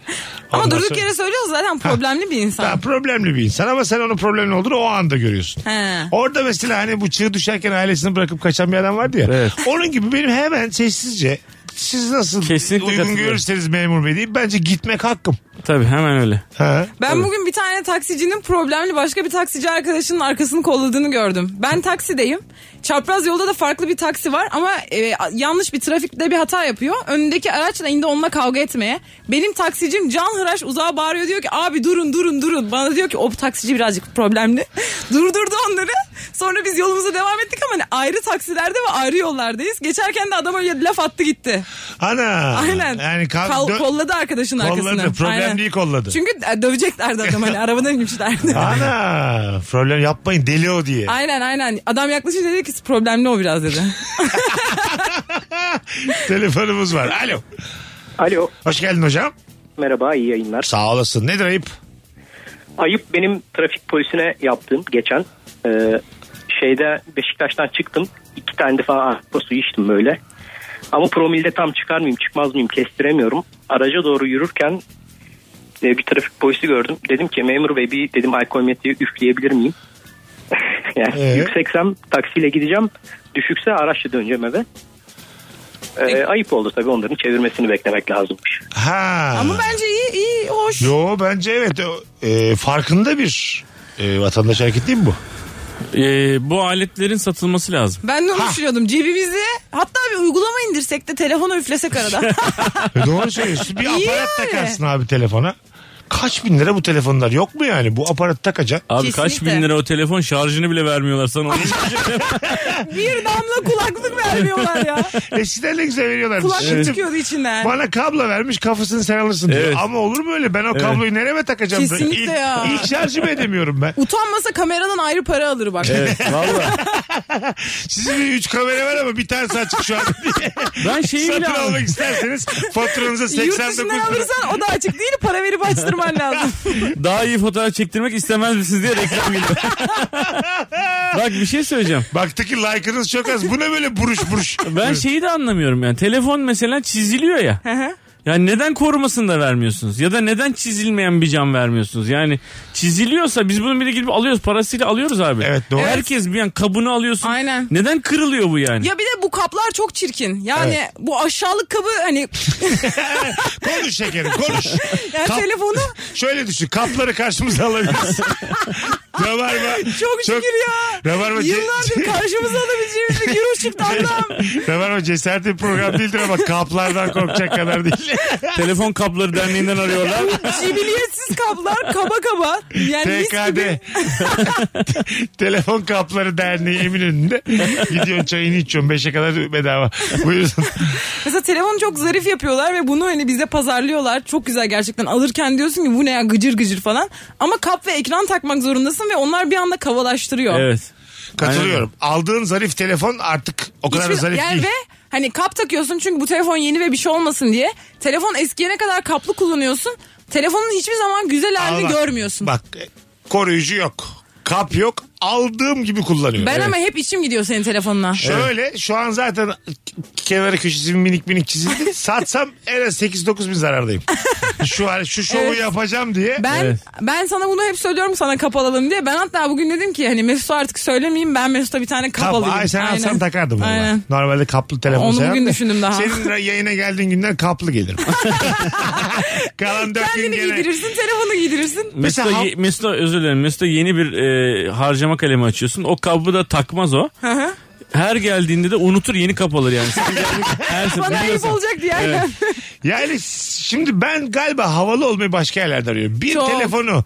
Speaker 3: Ama
Speaker 1: Ondan
Speaker 3: durduk
Speaker 1: sonra-
Speaker 3: yere söylüyoruz zaten problemli bir
Speaker 1: Daha
Speaker 3: insan.
Speaker 1: problemli bir insan ama sen onun problemli olduğunu o anda görüyorsun.
Speaker 3: He.
Speaker 1: Orada mesela hani bu çığ düşerken ailesini bırakıp kaçan bir adam vardı ya.
Speaker 2: Evet.
Speaker 1: Onun gibi benim hemen sessizce siz nasıl
Speaker 2: Kesinlikle
Speaker 1: uygun
Speaker 2: katılıyorum.
Speaker 1: görürseniz memur bey deyip bence gitmek hakkım.
Speaker 2: Tabii hemen öyle.
Speaker 1: Ha.
Speaker 3: Ben bugün bir tane taksicinin problemli başka bir taksici arkadaşının arkasını kolladığını gördüm. Ben taksideyim. Çapraz yolda da farklı bir taksi var ama e, yanlış bir trafikte bir hata yapıyor. Önündeki araçla indi onunla kavga etmeye. Benim taksicim can hıraş uzağa bağırıyor diyor ki abi durun durun durun. Bana diyor ki o taksici birazcık problemli. Durdurdu onları. Sonra biz yolumuza devam ettik ama hani ayrı taksilerde ve ayrı yollardayız. Geçerken de adam öyle laf attı gitti.
Speaker 1: Ana.
Speaker 3: Aynen.
Speaker 1: Yani kav-
Speaker 3: Kal-
Speaker 1: dö-
Speaker 3: kolladı arkadaşın
Speaker 1: Kolladı,
Speaker 3: arkasını.
Speaker 1: problemliyi
Speaker 3: Aynen.
Speaker 1: kolladı.
Speaker 3: Çünkü e, döveceklerdi adamı hani arabadan inmişlerdi.
Speaker 1: Ana. Problem yapmayın deli o diye.
Speaker 3: Aynen aynen. Adam yaklaşınca dedi ki problemli o biraz dedi.
Speaker 1: Telefonumuz var. Alo.
Speaker 6: Alo
Speaker 1: Hoş geldin hocam.
Speaker 6: merhaba iyi yayınlar.
Speaker 1: Sağ olasın. Nedir ayıp?
Speaker 6: Ayıp benim trafik polisine yaptığım geçen e, şeyde Beşiktaş'tan çıktım. iki tane defa arpa suyu içtim böyle. Ama promilde tam çıkar mıyım çıkmaz mıyım kestiremiyorum. Araca doğru yürürken e, bir trafik polisi gördüm. Dedim ki memur bey bir dedim alkol metreyi üfleyebilir miyim? yani
Speaker 1: Ee?
Speaker 6: yükseksem taksiyle gideceğim. Düşükse araçla döneceğim eve. E, ayıp oldu tabii onların çevirmesini beklemek lazımmış.
Speaker 1: Ha.
Speaker 3: Ama bence iyi iyi hoş.
Speaker 1: Yo bence evet. O, e, farkında bir e, vatandaş hareketi değil mi bu?
Speaker 2: Ee, bu aletlerin satılması lazım.
Speaker 3: Ben de onu düşünüyordum. Cebimizi hatta bir uygulama indirsek de telefonu üflesek arada.
Speaker 1: E, doğru söylüyorsun. Bir
Speaker 3: İyi
Speaker 1: aparat
Speaker 3: yani.
Speaker 1: takarsın abi telefona. Kaç bin lira bu telefonlar yok mu yani? Bu aparat takacaksın.
Speaker 2: Abi kaç
Speaker 3: Kesinlikle.
Speaker 2: bin lira o telefon şarjını bile vermiyorlar sana. Onu-
Speaker 3: bir damla kulaklık vermiyorlar ya.
Speaker 1: Eskiden ne E, güzel veriyorlardı.
Speaker 3: Kulaklık
Speaker 1: Şimdi
Speaker 3: çıkıyordu içinden.
Speaker 1: bana kablo vermiş kafasını sen alırsın diyor.
Speaker 2: Evet.
Speaker 1: Ama olur mu öyle? Ben o kabloyu nereme takacağım?
Speaker 3: Kesinlikle
Speaker 1: ilk,
Speaker 3: ya.
Speaker 1: İlk şarjımı edemiyorum ben.
Speaker 3: Utanmasa kameradan ayrı para alır bak.
Speaker 1: Sizin bir üç kamera var ama bir tanesi açık şu an diye.
Speaker 2: ben şeyi bile
Speaker 1: Satın
Speaker 2: aldım.
Speaker 1: almak isterseniz faturanıza
Speaker 3: Yurt
Speaker 1: 89
Speaker 3: dışından
Speaker 1: lira.
Speaker 3: alırsan o da açık değil para verip açtırman lazım.
Speaker 2: Daha iyi fotoğraf çektirmek istemez misiniz diye reklam geliyor. Bak bir şey söyleyeceğim.
Speaker 1: Baktı ki like'ınız çok az. Bu ne böyle buruş buruş?
Speaker 2: Ben
Speaker 3: şey-
Speaker 2: şeyi de anlamıyorum yani. Telefon mesela çiziliyor ya.
Speaker 3: hı.
Speaker 2: Yani neden korumasını da vermiyorsunuz? Ya da neden çizilmeyen bir cam vermiyorsunuz? Yani çiziliyorsa biz bunu bir de gidip alıyoruz. Parasıyla alıyoruz abi.
Speaker 1: Evet, doğru.
Speaker 2: Herkes bir an kabını alıyorsun.
Speaker 3: Aynen.
Speaker 2: Neden kırılıyor bu yani?
Speaker 3: ya bir de bu kaplar çok çirkin. Yani bu aşağılık kabı hani
Speaker 1: konuş şekerim konuş.
Speaker 3: yani
Speaker 1: Kap-
Speaker 3: telefonu
Speaker 1: Şöyle düşün kapları karşımıza alabiliriz. Rabarba.
Speaker 3: Çok şükür ya.
Speaker 1: Rabarba, ce-
Speaker 3: Yıllardır karşımıza alabileceğimiz bir gürül çıktı Allah'ım.
Speaker 1: Rabarba cesaretli bir program değildir ama kaplardan korkacak kadar değil.
Speaker 2: Telefon kapları derneğinden arıyorlar.
Speaker 3: Cibiliyetsiz kablar kaba kaba. Yani mis gibi.
Speaker 1: TKD. Telefon Kapları Derneği Eminönü'nde. Gidiyorsun çayını içiyorsun. Beşe kadar bedava. Buyursun.
Speaker 3: Mesela telefonu çok zarif yapıyorlar ve bunu hani bize pazarlıyorlar. Çok güzel gerçekten. Alırken diyorsun ki bu ne ya gıcır gıcır falan. Ama kap ve ekran takmak zorundasın ve onlar bir anda kavalaştırıyor.
Speaker 2: Evet.
Speaker 1: Katılıyorum. Aldığın zarif telefon artık o kadar da
Speaker 3: Hiçbir-
Speaker 1: zarif
Speaker 3: yani
Speaker 1: değil.
Speaker 3: ve hani kap takıyorsun çünkü bu telefon yeni ve bir şey olmasın diye. Telefon eskiyene kadar kaplı kullanıyorsun. Telefonun hiçbir zaman güzel halini
Speaker 1: Al bak,
Speaker 3: görmüyorsun.
Speaker 1: Bak koruyucu yok. Kap yok. Aldığım gibi kullanıyorum.
Speaker 3: ben ama hep içim gidiyor senin telefonuna.
Speaker 1: Şöyle şu an zaten kenarı köşesi minik minik çizildi. Satsam en az 8-9 bin zarardayım. Şu an şu şovu
Speaker 3: Evet.
Speaker 1: yapacağım diye.
Speaker 3: Ben ben sana bunu hep söylüyorum sana kap alalım diye. Ben hatta bugün dedim ki hani Mesut'a artık söylemeyeyim ben Mesut'a bir tane kap
Speaker 1: Kap,
Speaker 3: alayım.
Speaker 1: ay sen
Speaker 3: Aynen.
Speaker 1: alsan takardım onu.
Speaker 3: Aynen.
Speaker 1: Normalde kaplı telefon
Speaker 3: Onu
Speaker 1: sever
Speaker 3: bugün
Speaker 1: de.
Speaker 3: düşündüm daha.
Speaker 1: Senin yayına geldiğin günden kaplı gelirim. Kalan dört gün
Speaker 3: Kendini
Speaker 1: gene.
Speaker 3: giydirirsin telefonu giydirirsin.
Speaker 1: Mesela
Speaker 2: Mesut'a,
Speaker 1: hal-
Speaker 2: ye- Mesut'a özür dilerim. Mesut'a yeni bir e, harcama kalemi açıyorsun. O kabı da takmaz o. Her geldiğinde de unutur yeni kap alır yani. Sen geldin, her sefer
Speaker 3: Bana ayıp
Speaker 2: biliyorsun.
Speaker 3: olacak diye. aynen.
Speaker 1: Yani şimdi ben galiba havalı olmayı başka yerlerde arıyorum. Bir
Speaker 3: Çok.
Speaker 1: telefonu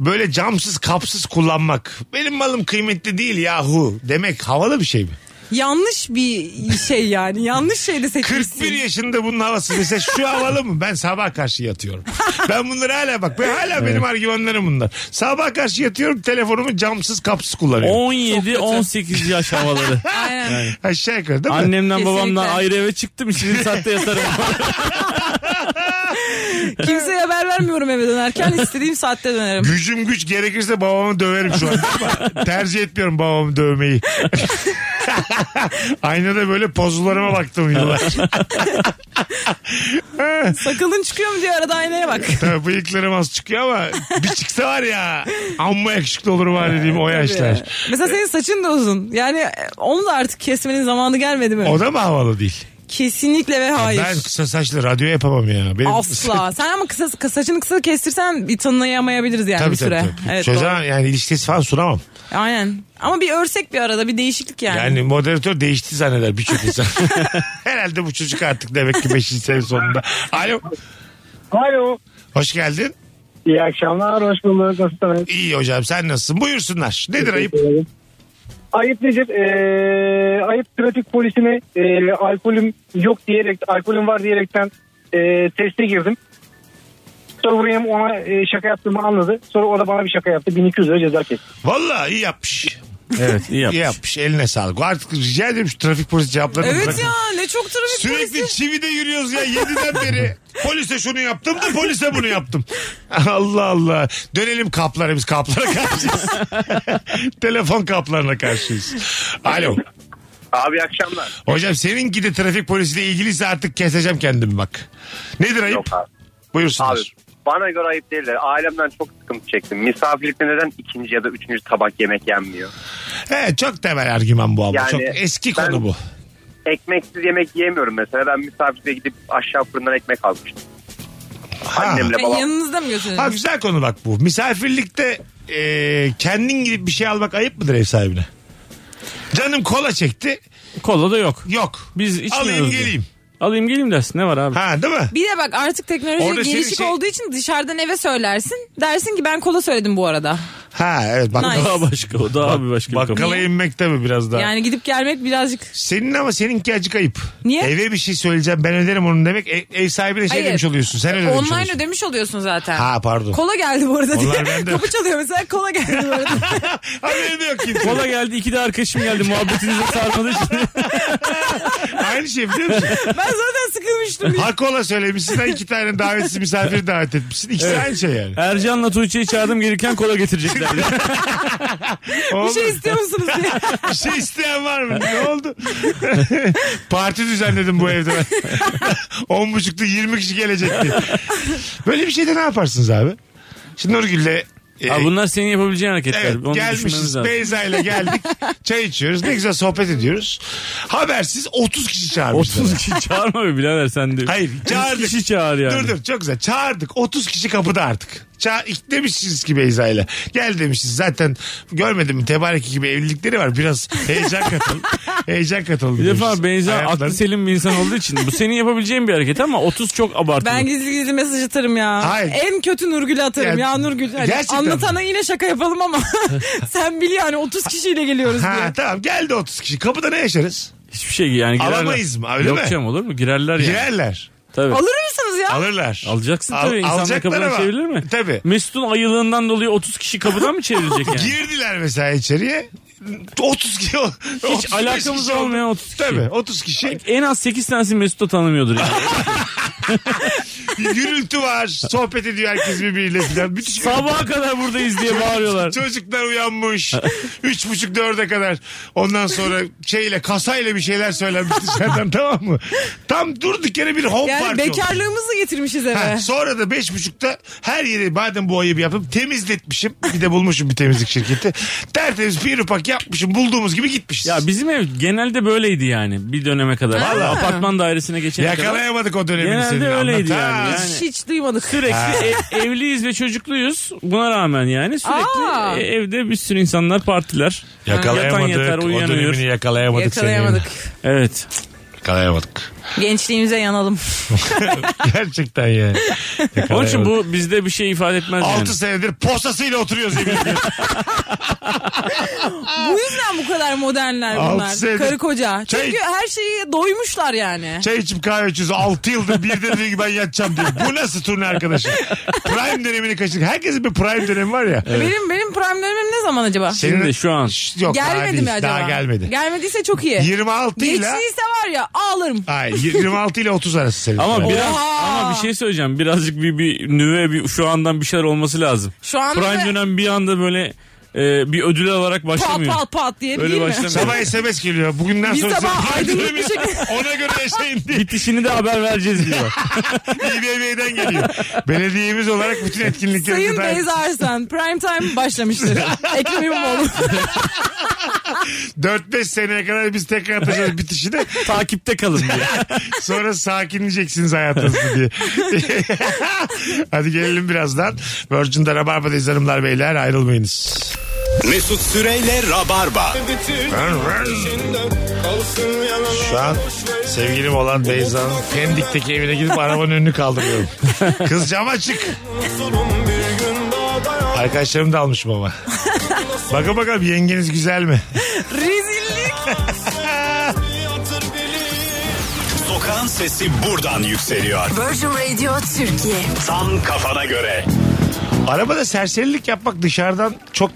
Speaker 1: böyle camsız kapsız kullanmak. Benim malım kıymetli değil yahu demek havalı bir şey mi?
Speaker 3: Yanlış bir şey yani. Yanlış şeyde seçmişsin.
Speaker 1: 41 yaşında bunun havası. Mesela şu havalı mı? Ben sabah karşı yatıyorum. Ben bunları hala bak. Ben hala benim argümanlarım bunlar. Sabah karşı yatıyorum telefonumu camsız kapsız kullanıyorum.
Speaker 2: 17-18 yaş havaları.
Speaker 3: Aynen.
Speaker 1: Aşağı yukarı şey değil mi?
Speaker 2: Annemden babamdan
Speaker 3: Kesinlikle.
Speaker 2: ayrı eve çıktım. Şimdi saatte yatarım.
Speaker 3: Kimseye haber vermiyorum eve dönerken istediğim saatte dönerim.
Speaker 1: Gücüm güç gerekirse babamı döverim şu an. Ama tercih etmiyorum babamı dövmeyi. Aynada böyle pozlarıma baktım yıllar.
Speaker 3: Sakalın çıkıyor mu diye arada aynaya bak.
Speaker 1: Tabii bıyıklarım az çıkıyor ama bir çıksa var ya amma yakışıklı olurum var dediğim o yaşlar.
Speaker 3: Mesela senin saçın da uzun. Yani e, onu da artık kesmenin zamanı gelmedi mi?
Speaker 1: O da mı havalı değil?
Speaker 3: Kesinlikle ve hayır.
Speaker 1: Ben kısa saçlı radyo yapamam ya. Benim...
Speaker 3: Asla. Sen ama kısa, kı- saçını kısa kestirsen bir tanınayamayabiliriz yani
Speaker 1: Tabii
Speaker 3: bir süre.
Speaker 1: tabii tabii.
Speaker 3: Evet,
Speaker 1: Çözemem yani ilişkisi falan sunamam.
Speaker 3: doğru. Aynen. Ama bir örsek bir arada bir değişiklik yani.
Speaker 1: Yani moderatör değişti zanneder birçok insan. Herhalde bu çocuk artık demek ki 5. sene sonunda. Alo.
Speaker 9: Alo.
Speaker 1: Hoş geldin.
Speaker 9: İyi akşamlar. Hoş bulduk. Nasılsınız?
Speaker 1: İyi hocam sen nasılsın? Buyursunlar. Nedir ayıp?
Speaker 9: Ayıp nedir? Ee, ayıp trafik polisine e, alkolüm yok diyerek, alkolüm var diyerekten e, teste girdim. Sonra buraya ona e, şaka yaptığımı anladı. Sonra o da bana bir şaka yaptı. 1200 lira ceza kesti.
Speaker 1: Vallahi iyi yapmış.
Speaker 2: evet iyi
Speaker 1: İyi
Speaker 2: yapmış.
Speaker 1: yapmış. Eline sağlık. Artık rica ediyorum şu trafik polisi cevaplarını
Speaker 3: Evet
Speaker 1: bırakın.
Speaker 3: ya ne çok trafik
Speaker 1: Sürekli
Speaker 3: polisi.
Speaker 1: çivide yürüyoruz ya 7'den beri. Polise şunu yaptım da polise bunu yaptım. Allah Allah. Dönelim kaplara biz kaplara karşıyız. Telefon kaplarına karşıyız. Alo.
Speaker 5: Abi akşamlar.
Speaker 1: Hocam seninki de trafik polisiyle ilgiliyse artık keseceğim kendimi bak. Nedir ayıp?
Speaker 5: Yok abi.
Speaker 1: Buyursunlar.
Speaker 5: Abi bana göre ayıp değiller. Ailemden çok sıkıntı çektim. Misafirlikte neden ikinci ya da üçüncü tabak yemek yenmiyor?
Speaker 1: He, çok temel argüman bu ama.
Speaker 5: Yani
Speaker 1: çok eski
Speaker 5: ben-
Speaker 1: konu bu.
Speaker 5: Ekmeksiz yemek yiyemiyorum mesela. Ben misafirde gidip aşağı fırından ekmek almıştım.
Speaker 1: Ha.
Speaker 5: Annemle
Speaker 3: Ha,
Speaker 5: babam.
Speaker 3: Yanınızda mı götürün?
Speaker 1: Ha güzel konu bak bu. Misafirlikte e, kendin gidip bir şey almak ayıp mıdır ev sahibine? Canım kola çekti.
Speaker 2: Kola da yok.
Speaker 1: Yok.
Speaker 2: Biz içmiyoruz.
Speaker 1: Alayım
Speaker 2: diye.
Speaker 1: geleyim.
Speaker 2: Alayım geleyim dersin. Ne var abi?
Speaker 1: Ha değil mi?
Speaker 3: Bir de bak artık teknoloji
Speaker 1: Orada senin
Speaker 3: gelişik
Speaker 1: şey-
Speaker 3: olduğu için dışarıdan eve söylersin. Dersin ki ben kola söyledim bu arada.
Speaker 1: Ha evet bak.
Speaker 3: Nice.
Speaker 2: Daha başka o. Daha bir başka bir kapı.
Speaker 1: Bakkala inmek de mi biraz daha?
Speaker 3: Yani gidip gelmek birazcık
Speaker 1: Senin ama seninki acık ayıp.
Speaker 3: Niye?
Speaker 1: Eve bir şey söyleyeceğim ben öderim onu demek ev, ev sahibine şey
Speaker 3: Hayır. E,
Speaker 1: demiş oluyorsun. Sen ödemiş
Speaker 3: online
Speaker 1: oluyorsun.
Speaker 3: ödemiş oluyorsun zaten.
Speaker 1: Ha pardon.
Speaker 3: Kola geldi bu arada
Speaker 1: Onlar
Speaker 3: diye.
Speaker 1: bende.
Speaker 3: Kapı çalıyor mesela kola geldi bu arada.
Speaker 1: Haberin de yok kimse.
Speaker 2: Kola geldi. iki de arkadaşım geldi. Muhabbetinize sarmadı şimdi.
Speaker 1: Aynı şey biliyor musun?
Speaker 3: ben zaten sıkılmıştım.
Speaker 1: Ha kola söylemişsin ha iki tane davetsiz misafir davet etmişsin. İkisi aynı şey yani.
Speaker 2: Ercan'la Tuğçe'yi çağırdım gelirken kola getireceklerdi.
Speaker 3: bir
Speaker 1: Oldu.
Speaker 3: şey istiyor musunuz diye.
Speaker 1: Bir şey isteyen var mı? Ne oldu? Parti düzenledim bu evde ben. On buçukta 20 kişi gelecekti. Böyle bir şeyde ne yaparsınız abi? Şimdi Nurgül'le e,
Speaker 2: Ha, bunlar senin yapabileceğin hareketler.
Speaker 1: Evet
Speaker 2: Onu düşünmemiz
Speaker 1: gelmişiz
Speaker 2: lazım.
Speaker 1: Beyza ile geldik çay içiyoruz ne güzel sohbet ediyoruz. Habersiz 30 kişi çağırmışlar.
Speaker 2: 30 kişi çağırma be birader sen de.
Speaker 1: Hayır,
Speaker 2: Yüz
Speaker 1: çağırdık.
Speaker 2: kişi çağır yani.
Speaker 1: Dur dur çok güzel çağırdık 30 kişi kapıda artık. Ça iklemişsiniz ki Beyza ile. Gel demişiz zaten görmedim mi tebarek gibi evlilikleri var biraz heyecan katıl. heyecan katıl.
Speaker 2: Bir defa Beyza aklı selim bir insan olduğu için bu senin yapabileceğin bir hareket ama 30 çok abartılı.
Speaker 3: Ben gizli gizli mesaj atarım ya.
Speaker 1: Hayır.
Speaker 3: En kötü Nurgül'e atarım
Speaker 1: Yani-
Speaker 3: ya, Nurgül. Hani
Speaker 1: Gerçekten
Speaker 3: anlatana yine şaka yapalım ama sen bil yani 30 kişiyle geliyoruz
Speaker 1: Ha
Speaker 3: diye.
Speaker 1: tamam geldi 30 kişi. Kapıda ne yaşarız?
Speaker 2: Hiçbir şey yani girerler.
Speaker 1: Alamayız mı? Öyle
Speaker 2: Yok
Speaker 1: mi?
Speaker 2: canım olur mu? Girerler yani.
Speaker 1: Girerler.
Speaker 2: Tabii.
Speaker 3: Alır mısınız ya?
Speaker 1: Alırlar.
Speaker 2: Alacaksın
Speaker 1: Al-
Speaker 2: tabii. İnsanlar
Speaker 1: alacaklar
Speaker 2: kapıdan
Speaker 1: ama.
Speaker 2: çevirir mi?
Speaker 1: Tabii.
Speaker 2: Mesut'un ayılığından dolayı 30 kişi kapıdan mı çevirecek yani?
Speaker 1: Girdiler mesela içeriye. 30 kişi. şey
Speaker 2: Hiç alakamız olmayan 30 kişi.
Speaker 1: Tabii 30 kişi.
Speaker 2: En az 8 tanesi Mesut'u tanımıyordur. Yani.
Speaker 1: Gürültü var. Sohbet ediyor herkes birbiriyle falan. Müthiş.
Speaker 2: Sabaha kadar buradayız diye bağırıyorlar.
Speaker 1: Çocuklar uyanmış. Üç buçuk dörde kadar. Ondan sonra şeyle kasayla bir şeyler söylenmiş dışarıdan tamam mı? Tam durduk yere bir hop
Speaker 3: Yani
Speaker 1: parti oldu.
Speaker 3: bekarlığımızı getirmişiz eve.
Speaker 1: Ha, sonra da beş buçukta her yeri madem bu ayıbı yaptım temizletmişim. Bir de bulmuşum bir temizlik şirketi. Tertemiz bir ufak yapmışım bulduğumuz gibi gitmişiz.
Speaker 2: Ya şey bizim ev genelde böyleydi yani bir döneme kadar.
Speaker 1: Vallahi.
Speaker 2: Apartman dairesine geçene kadar.
Speaker 1: Yakalayamadık o dönemini
Speaker 2: Genelde
Speaker 1: senin.
Speaker 2: öyleydi
Speaker 1: Anlat.
Speaker 2: yani.
Speaker 1: Ha.
Speaker 2: Yani-
Speaker 3: Hiç duymadık.
Speaker 2: Sürekli e- evliyiz ve çocukluyuz. Buna rağmen yani
Speaker 3: Aa.
Speaker 2: sürekli e- evde bir sürü insanlar partiler.
Speaker 1: Yakalayamadık.
Speaker 2: Yatan yatar,
Speaker 1: o
Speaker 2: uyuyan uyur.
Speaker 1: dönemini yakalayamadık,
Speaker 3: Yakalayamadık.
Speaker 1: seni.
Speaker 2: Evet.
Speaker 1: Yakalayamadık.
Speaker 3: Gençliğimize yanalım.
Speaker 1: Gerçekten yani.
Speaker 2: Onun için bu bizde bir şey ifade etmez yani.
Speaker 1: 6 senedir posasıyla oturuyoruz yemin ediyorum.
Speaker 3: Bu yüzden bu kadar modernler
Speaker 1: Altı
Speaker 3: bunlar.
Speaker 1: senedir-
Speaker 3: Karı koca.
Speaker 1: Şey-
Speaker 3: Çünkü her şeyi doymuşlar yani.
Speaker 1: Çay içip kahve içiyoruz. 6 yıldır bir de diyor ki ben yatacağım diyor. Bu nasıl turne arkadaşım? Prime dönemini kaçırdık. Herkesin bir prime dönemi var ya.
Speaker 3: Benim benim prime dönemim ne zaman acaba?
Speaker 2: Şimdi şu an.
Speaker 1: Şş, Yok, daha
Speaker 3: gelmedi
Speaker 1: değil.
Speaker 3: mi acaba?
Speaker 1: Daha gelmedi.
Speaker 3: Gelmediyse çok iyi.
Speaker 1: 26 ile
Speaker 3: Geçtiyse var ya ağlarım.
Speaker 1: Ay 26 ile 30 arası senin.
Speaker 2: Ama
Speaker 1: Yani.
Speaker 2: biraz
Speaker 3: Oha.
Speaker 2: ama bir şey söyleyeceğim. Birazcık bir bir nüve bir şu andan bir şeyler olması lazım.
Speaker 3: Şu anda
Speaker 2: Prime
Speaker 3: da
Speaker 2: dönem bir anda böyle e, bir ödül alarak
Speaker 3: pat
Speaker 2: başlamıyor.
Speaker 3: pat pat diye
Speaker 2: Öyle
Speaker 3: değil mi?
Speaker 2: başlamıyor.
Speaker 1: Sabah SMS geliyor. Bugünden
Speaker 3: Bir
Speaker 1: sonra
Speaker 3: sabah
Speaker 1: sizin prime
Speaker 3: aydınlık bir
Speaker 1: dönemi-
Speaker 3: şekilde-
Speaker 1: Ona göre yaşayın diye.
Speaker 2: Bitişini de haber vereceğiz diyor.
Speaker 1: İBB'den geliyor. Belediyemiz olarak bütün etkinlikleri
Speaker 3: Sayın Beyza Arslan prime time başlamıştır. Ekrem İmamoğlu.
Speaker 1: 4-5 seneye kadar biz tekrar atacağız bitişi de
Speaker 2: Takipte kalın diyor.
Speaker 1: sonra sakinleyeceksiniz hayatınızı diye. Hadi gelelim birazdan. Virgin'de Rabarba'dayız hanımlar beyler ayrılmayınız.
Speaker 8: Mesut Süreyle Rabarba.
Speaker 1: Şu an sevgilim olan Beyza'nın Pendik'teki evine gidip arabanın önünü kaldırıyorum. Kız cam açık. Arkadaşlarım da almışım ama. Bakın bakalım yengeniz güzel mi?
Speaker 3: Rezillik.
Speaker 8: Sokağın sesi buradan yükseliyor.
Speaker 4: Virgin Radio Türkiye.
Speaker 8: Tam kafana göre.
Speaker 1: Arabada serserilik yapmak dışarıdan çok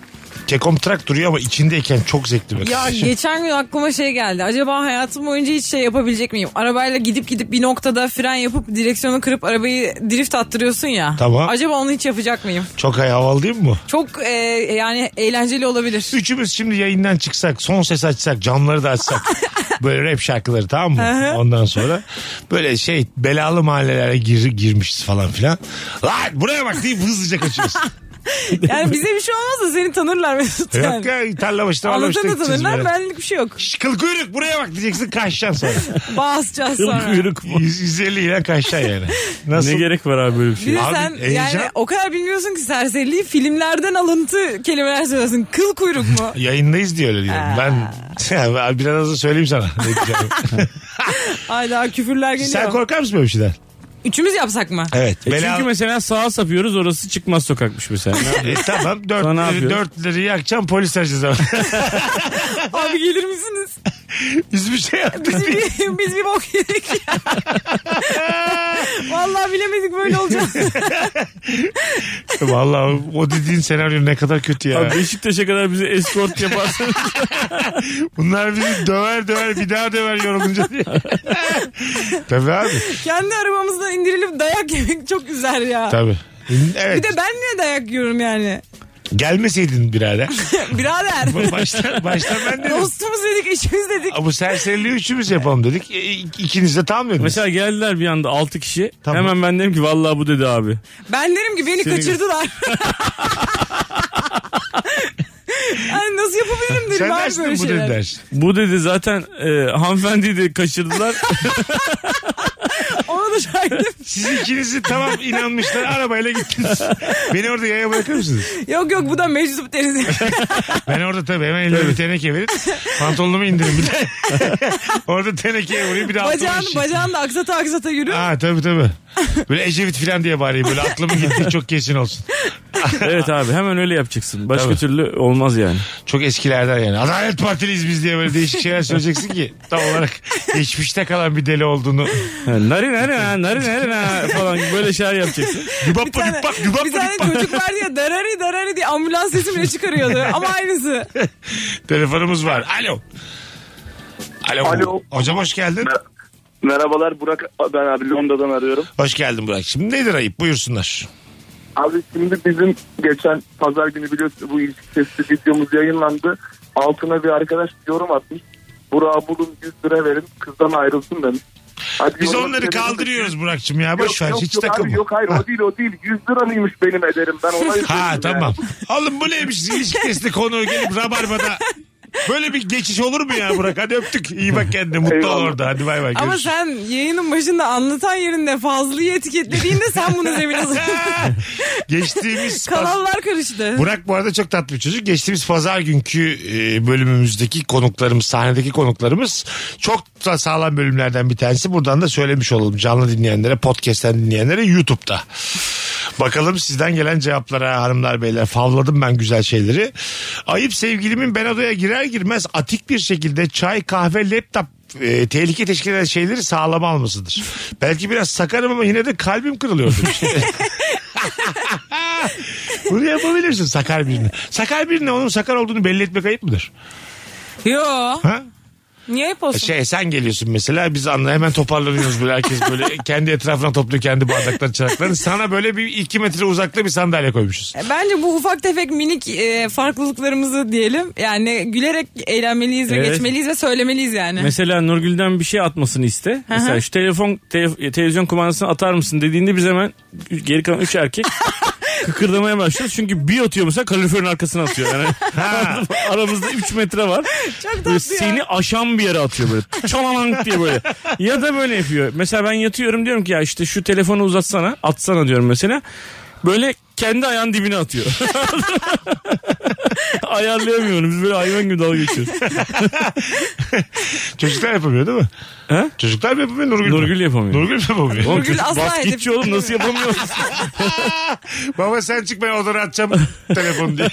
Speaker 1: kekomtrak duruyor ama içindeyken çok zevkli. bir
Speaker 3: Ya
Speaker 1: aktivite.
Speaker 3: geçen gün aklıma şey geldi. Acaba hayatım boyunca hiç şey yapabilecek miyim? Arabayla gidip gidip bir noktada fren yapıp direksiyonu kırıp arabayı drift attırıyorsun ya.
Speaker 1: Tamam.
Speaker 3: Acaba onu hiç yapacak mıyım?
Speaker 1: Çok hay- havalı değil mi bu?
Speaker 3: Çok e, yani eğlenceli olabilir.
Speaker 1: Üçümüz şimdi yayından çıksak, son ses açsak, camları da açsak. böyle rap şarkıları tamam mı? Ondan sonra böyle şey belalı mahallelere gir, girmişiz falan filan. Lan buraya bak deyip hızlıca kaçıyoruz.
Speaker 3: Yani bize bir şey olmaz da seni tanırlar Mesut
Speaker 1: Yok
Speaker 3: yani.
Speaker 1: ya tarla başına tarla başına
Speaker 3: Anlatanı
Speaker 1: gideceğiz
Speaker 3: tanırlar
Speaker 1: böyle.
Speaker 3: benlik bir şey yok.
Speaker 1: Şş, Kıl kuyruk buraya bak diyeceksin kaçacaksın sonra.
Speaker 3: Basacağız sonra.
Speaker 2: Kuyruk mu?
Speaker 1: 100, 150 ile kaçacaksın yani. Nasıl?
Speaker 2: Ne gerek var abi böyle bir
Speaker 3: Bir
Speaker 2: şey?
Speaker 3: de
Speaker 1: Abi,
Speaker 3: sen
Speaker 1: heyecan.
Speaker 3: yani o kadar bilmiyorsun ki serseriliği filmlerden alıntı kelimeler söylüyorsun. Kıl kuyruk mu?
Speaker 1: Yayındayız diye öyle diyorum. Ben Ya, biraz da söyleyeyim sana. Ne diyeceğim.
Speaker 3: Ay daha küfürler geliyor.
Speaker 1: Sen korkar mısın böyle bir şeyden?
Speaker 3: Üçümüz yapsak mı?
Speaker 1: Evet.
Speaker 2: E çünkü mesela sağa sapıyoruz orası çıkmaz sokakmış mesela.
Speaker 1: E, tamam
Speaker 2: Sonra ne
Speaker 1: dörtleri,
Speaker 2: yapıyoruz?
Speaker 1: dörtleri yakacağım polis arayacağız ama.
Speaker 3: Abi gelir misiniz?
Speaker 1: Biz bir şey yaptık.
Speaker 3: Biz bir, biz bir bok yedik. Vallahi bilemedik böyle olacağız.
Speaker 1: Vallahi o dediğin senaryo ne kadar kötü ya.
Speaker 2: Abi Beşiktaş'a kadar bize escort yaparsanız
Speaker 1: Bunlar bizi döver döver bir daha döver yorulunca diye. Tabii abi.
Speaker 3: Kendi arabamızdan indirilip dayak yemek çok üzer ya.
Speaker 1: Tabii.
Speaker 3: Bir
Speaker 1: Evet.
Speaker 3: de ben niye dayak yiyorum yani?
Speaker 1: Gelmeseydin birader.
Speaker 3: Birader.
Speaker 1: Baştan, baştan ben dedim.
Speaker 3: Dostumuz dedik, eşimiz dedik.
Speaker 1: Ama bu serseriliği üçümüz yapalım dedik. E, ik- ikiniz de tam dediniz.
Speaker 2: mesela geldiler bir anda 6 kişi.
Speaker 1: Tamam.
Speaker 2: Hemen ben dedim ki vallahi bu dedi abi.
Speaker 3: Ben derim ki beni kaçırdılar. Ay nasıl yapabilirim derim
Speaker 1: Sen
Speaker 3: abi
Speaker 1: dersin
Speaker 3: böyle
Speaker 1: bu dedi
Speaker 3: şeyler.
Speaker 1: dersin.
Speaker 2: Bu dedi zaten e, hanımefendiyi de kaçırdılar.
Speaker 3: Ona da buna şahidim.
Speaker 1: Siz ikinizi tamam inanmışlar arabayla gittiniz. Beni orada yaya bırakır mısınız?
Speaker 3: yok yok bu da meczup deriz.
Speaker 1: Ben orada tabii hemen elime bir teneke verip pantolonumu indirin bir de. orada tenekeye vurayım bir şey de aklıma
Speaker 3: bacağın,
Speaker 1: işi.
Speaker 3: bacağın da aksata aksata yürü.
Speaker 1: Aa tabii tabii. Böyle Ecevit falan diye bağırayım. Böyle aklımın gittiği çok kesin olsun.
Speaker 2: Evet abi hemen öyle yapacaksın. Başka
Speaker 1: Tabii.
Speaker 2: türlü olmaz yani.
Speaker 1: Çok eskilerden yani. Adalet Partiliyiz biz diye böyle değişik şeyler söyleyeceksin ki tam olarak geçmişte kalan bir deli olduğunu.
Speaker 2: Ha, Narin narin narin narin ha falan böyle şeyler yapacaksın.
Speaker 1: Dübap mı dübap dübap
Speaker 3: bir
Speaker 1: mı
Speaker 3: tane
Speaker 1: dübap.
Speaker 3: çocuk var diye darari darari diye ambulans sesi bile çıkarıyordu. Ama aynısı.
Speaker 1: Telefonumuz var. Alo. Alo.
Speaker 5: Alo.
Speaker 1: Hocam hoş geldin.
Speaker 5: Merhabalar Burak ben abi Londra'dan arıyorum.
Speaker 1: Hoş geldin Burak. Şimdi nedir ayıp? Buyursunlar.
Speaker 5: Abi şimdi bizim geçen pazar günü biliyorsunuz bu ilişki testi videomuz yayınlandı. Altına bir arkadaş yorum atmış. Burak'ı bulun 100 lira verin kızdan ayrılsın demiş. Hadi
Speaker 1: Biz
Speaker 5: yoruma
Speaker 1: onları
Speaker 5: bir şey demedik.
Speaker 1: kaldırıyoruz Burak'cığım ya. Boş ver.
Speaker 5: yok,
Speaker 1: Hiç
Speaker 5: yok, abi,
Speaker 1: takılma.
Speaker 5: Yok hayır
Speaker 1: Ha.
Speaker 5: o değil o değil. 100 liranıymış benim ederim ben ona üzüldüm
Speaker 1: Ha
Speaker 5: yani.
Speaker 1: tamam. Oğlum bu neymiş ilişki testi konu gelip rabarbada. Böyle bir geçiş olur mu ya Burak? Hadi öptük. İyi bak kendine. Mutlu ol
Speaker 5: Eyvallah.
Speaker 1: orada. Hadi bay bay.
Speaker 3: Ama
Speaker 1: görüşürüz.
Speaker 3: sen yayının başında anlatan yerinde fazlıyı etiketlediğinde sen bunu zemin hazırladın.
Speaker 1: Ha! Geçtiğimiz paz-
Speaker 3: Kanallar karıştı.
Speaker 1: Burak bu arada çok tatlı bir çocuk. Geçtiğimiz pazar günkü e, bölümümüzdeki konuklarımız, sahnedeki konuklarımız çok da sağlam bölümlerden bir tanesi. Buradan da söylemiş olalım canlı dinleyenlere, podcast'ten dinleyenlere YouTube'da. Bakalım sizden gelen cevaplara hanımlar beyler. Favladım ben güzel şeyleri. Ayıp sevgilimin ben odaya girer girmez atik bir şekilde çay, kahve, laptop e, tehlike teşkil eden şeyleri sağlam almasıdır. Belki biraz sakarım ama yine de kalbim kırılıyor demiş. Bunu yapabilirsin sakar birine. Sakar birine onun sakar olduğunu belli etmek ayıp mıdır?
Speaker 3: Yo.
Speaker 1: Ha?
Speaker 3: Niye yapıyorsun?
Speaker 1: Şey sen geliyorsun mesela biz anla hemen toparlanıyoruz böyle herkes böyle kendi etrafına topluyor kendi bardaklarını çanaklarını. Sana böyle bir iki metre uzakta bir sandalye koymuşuz.
Speaker 3: E, Bence bu ufak tefek minik e, farklılıklarımızı diyelim. Yani gülerek eğlenmeliyiz ve
Speaker 2: Evet.
Speaker 3: geçmeliyiz ve söylemeliyiz yani.
Speaker 2: Mesela Nurgül'den bir şey atmasını iste. Mesela şu telefon te- televizyon kumandasını atar mısın dediğinde biz hemen geri kalan üç erkek kıkırdamaya başlıyoruz. Çünkü bir atıyor mesela kaloriferin arkasına atıyor. Yani aramızda 3 metre var.
Speaker 3: Çok tatlı
Speaker 2: Böyle
Speaker 3: ya.
Speaker 2: seni aşan bir yere atıyor böyle. Çalalank diye böyle. Ya da böyle yapıyor. Mesela ben yatıyorum diyorum ki ya işte şu telefonu uzatsana atsana diyorum mesela. Böyle kendi ayağın dibine atıyor. Ayarlayamıyorum. Biz böyle hayvan gibi dalga geçiyoruz.
Speaker 1: Çocuklar yapamıyor değil mi?
Speaker 2: Ha?
Speaker 1: Çocuklar mı yapamıyor Nurgül? mü?
Speaker 2: Nurgül yapamıyor.
Speaker 1: Nurgül yapamıyor.
Speaker 2: Oğlum
Speaker 3: Nurgül
Speaker 2: çocuk
Speaker 3: asla
Speaker 2: basketçi
Speaker 3: hedef-
Speaker 2: oğlum nasıl yapamıyor?
Speaker 1: Baba sen çık ben odana atacağım telefonu diye.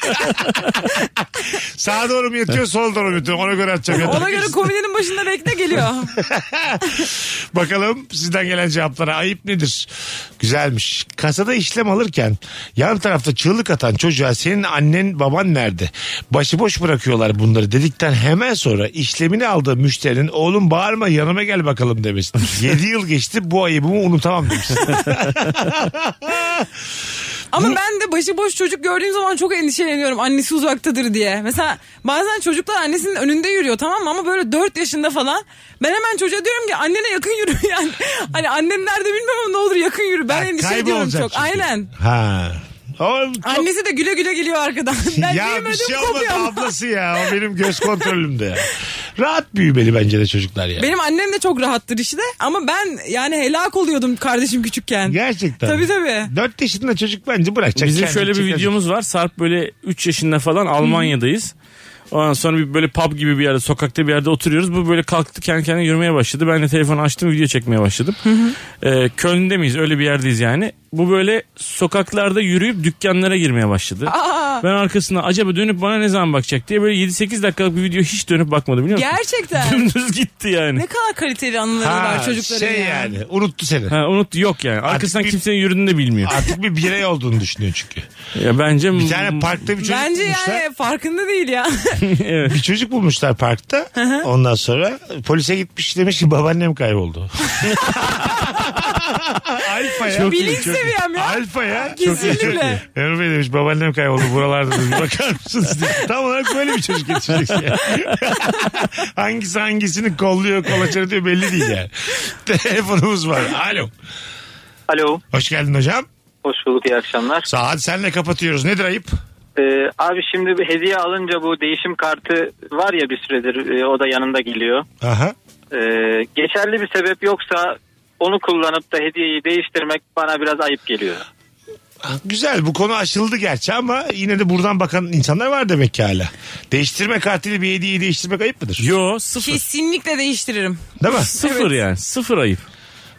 Speaker 1: Sağa doğru mu yatıyor sola doğru mu yatıyor ona göre atacağım. yatağa.
Speaker 3: Ona göre komedinin başında renkte geliyor.
Speaker 1: Bakalım sizden gelen cevaplara ayıp nedir? Güzelmiş. Kasada işlem alırken yan tarafta çığlık atan çocuğa senin annen baban nerede? Başıboş bırakıyorlar bunları dedikten hemen sonra işlemini aldığı müşterinin oğlum bağırma yanıma gel bakalım demesin. 7 yıl geçti bu ayıbımı unutamam demiş.
Speaker 3: Ama ben de başıboş çocuk gördüğüm zaman çok endişeleniyorum annesi uzaktadır diye. Mesela bazen çocuklar annesinin önünde yürüyor tamam mı ama böyle 4 yaşında falan. Ben hemen çocuğa diyorum ki annene yakın yürü yani. Hani annen nerede bilmem ama ne olur yakın yürü. Ben endişeleniyorum
Speaker 1: Kaybolacak
Speaker 3: çok.
Speaker 1: çünkü.
Speaker 3: Aynen.
Speaker 1: Ha. Oğlum çok-
Speaker 3: Annesi de güle güle geliyor arkadan. Ben
Speaker 1: ya bir
Speaker 3: diyemedim,
Speaker 1: şey olmadı
Speaker 3: kopuyor ama.
Speaker 1: ablası ya. O benim göz kontrolümde. ya. Rahat büyümeli bence de çocuklar ya.
Speaker 3: Benim annem de çok rahattır işte ama ben yani helak oluyordum kardeşim küçükken.
Speaker 1: Gerçekten.
Speaker 3: Tabii tabii.
Speaker 1: 4 yaşında çocuk bence bırakacak.
Speaker 2: Bizim
Speaker 1: kendini,
Speaker 2: şöyle bir
Speaker 1: çekecek.
Speaker 2: videomuz var. Sarp böyle 3 yaşında falan Almanya'dayız. Ondan sonra bir böyle pub gibi bir yerde sokakta bir yerde oturuyoruz. Bu böyle kalktı kendi kendine yürümeye başladı. Ben de telefonu açtım video çekmeye başladım. Ee, Köln'de miyiz öyle bir yerdeyiz yani. Bu böyle sokaklarda yürüyüp dükkanlara girmeye başladı.
Speaker 3: Aa,
Speaker 2: Ben arkasına acaba dönüp bana ne zaman bakacak diye böyle 7-8 dakikalık bir video hiç dönüp bakmadı biliyor musun?
Speaker 3: gerçekten.
Speaker 2: Dümdüz gitti yani.
Speaker 3: ne kadar kaliteli anıları
Speaker 1: Ha,
Speaker 3: var çocukların
Speaker 1: şey
Speaker 3: ya.
Speaker 1: yani. unuttu seni.
Speaker 2: Ha, unut yok yani. Arkasından
Speaker 1: bir-
Speaker 2: kimsenin yürüdüğünü de bilmiyor.
Speaker 1: Artık bir birey olduğunu düşünüyor çünkü.
Speaker 2: Ya bence
Speaker 1: Bir tane parkta bir çocuk
Speaker 3: Bence
Speaker 1: bulmuşlar.
Speaker 3: yani farkında değil ya.
Speaker 2: Evet.
Speaker 1: Bir çocuk bulmuşlar parkta. Ondan sonra polise gitmiş demiş ki babaannem kayboldu. Alfa ya.
Speaker 3: Bilinç seviyem ya.
Speaker 1: Alfa ya.
Speaker 3: Kesinlikle.
Speaker 1: Ömer Bey demiş babaannem kayboldu buralarda demiş bakar mısınız diye. Tam olarak böyle bir çocuk yetişeceksin ya. Hangisi hangisini kolluyor kolaçan ediyor belli değil yani. Telefonumuz var. Alo.
Speaker 6: Alo.
Speaker 1: Hoş geldin hocam.
Speaker 6: Hoş bulduk iyi akşamlar.
Speaker 1: Saat senle kapatıyoruz. Nedir ayıp?
Speaker 6: Ee, abi şimdi bir hediye alınca bu değişim kartı var ya bir süredir e, o da yanında geliyor.
Speaker 1: Aha.
Speaker 6: Ee, geçerli bir sebep yoksa
Speaker 10: onu kullanıp da hediyeyi değiştirmek bana biraz ayıp geliyor.
Speaker 1: Ah, Güzel bu konu aşıldı gerçi ama yine de buradan bakan insanlar var demek ki hala. Değiştirme katili bir hediyeyi değiştirmek ayıp mıdır?
Speaker 2: Yo
Speaker 3: Şey,
Speaker 2: sıfır.
Speaker 3: Kesinlikle değiştiririm.
Speaker 1: Değil mi?
Speaker 2: Sıfır yani sıfır ayıp.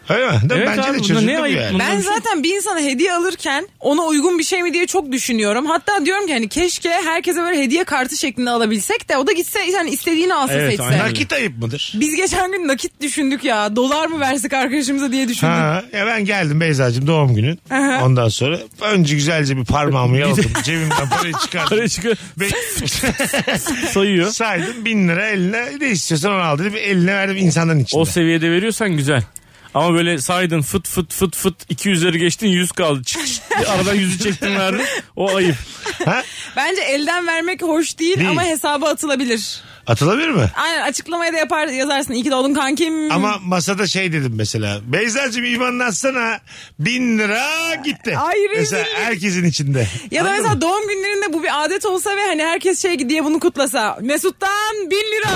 Speaker 1: Öyle mi? Değil mi?
Speaker 2: Evet
Speaker 1: Bence
Speaker 2: abi,
Speaker 1: de
Speaker 2: bunda
Speaker 1: çözüldü
Speaker 2: ne
Speaker 1: bu
Speaker 2: ayıp
Speaker 1: yani.
Speaker 2: bunda?
Speaker 3: Ben
Speaker 2: bir şey-
Speaker 3: zaten bir insana hediye alırken ona uygun bir şey mi diye çok düşünüyorum. Hatta diyorum ki hani keşke herkese böyle hediye kartı şeklinde alabilsek de o da gitse yani istediğini alsa
Speaker 2: Evet,
Speaker 3: seçse.
Speaker 2: aynen.
Speaker 1: Nakit ayıp mıdır?
Speaker 3: Biz geçen gün nakit düşündük ya. Dolar mı versek arkadaşımıza diye düşündük.
Speaker 1: Ha, ya ben geldim Beyza'cığım doğum günün.
Speaker 3: Aha.
Speaker 1: Ondan sonra önce güzelce bir parmağımı yaladım. Cebimden parayı çıkardım.
Speaker 2: Parayı çıkıyor
Speaker 1: Be-
Speaker 2: sayıyor.
Speaker 1: saydım bin lira eline ne istiyorsan onu al dedim eline verdim insanların içinde.
Speaker 2: O seviyede veriyorsan güzel. Ama böyle saydın fıt fıt fıt fıt 200'leri geçtin 100 kaldı. Çık, çık, aradan 100'ü çektin verdin. O ayıp.
Speaker 1: ha?
Speaker 3: Bence elden vermek hoş değil,
Speaker 1: Değil.
Speaker 3: ama hesaba atılabilir.
Speaker 1: Atılabilir mi?
Speaker 3: Aynen açıklamaya da yapar yazarsın. İyi ki doğdun kankim.
Speaker 1: Ama masada şey dedim mesela. Beyza'cığım imanını atsana. Bin lira gitti.
Speaker 3: Ay, rezillik.
Speaker 1: mesela herkesin içinde.
Speaker 3: ya da
Speaker 1: Anladın
Speaker 3: mesela
Speaker 1: mı?
Speaker 3: doğum günlerinde bu bir adet olsa ve hani herkes şey diye bunu kutlasa. Mesut'tan 1000 lira,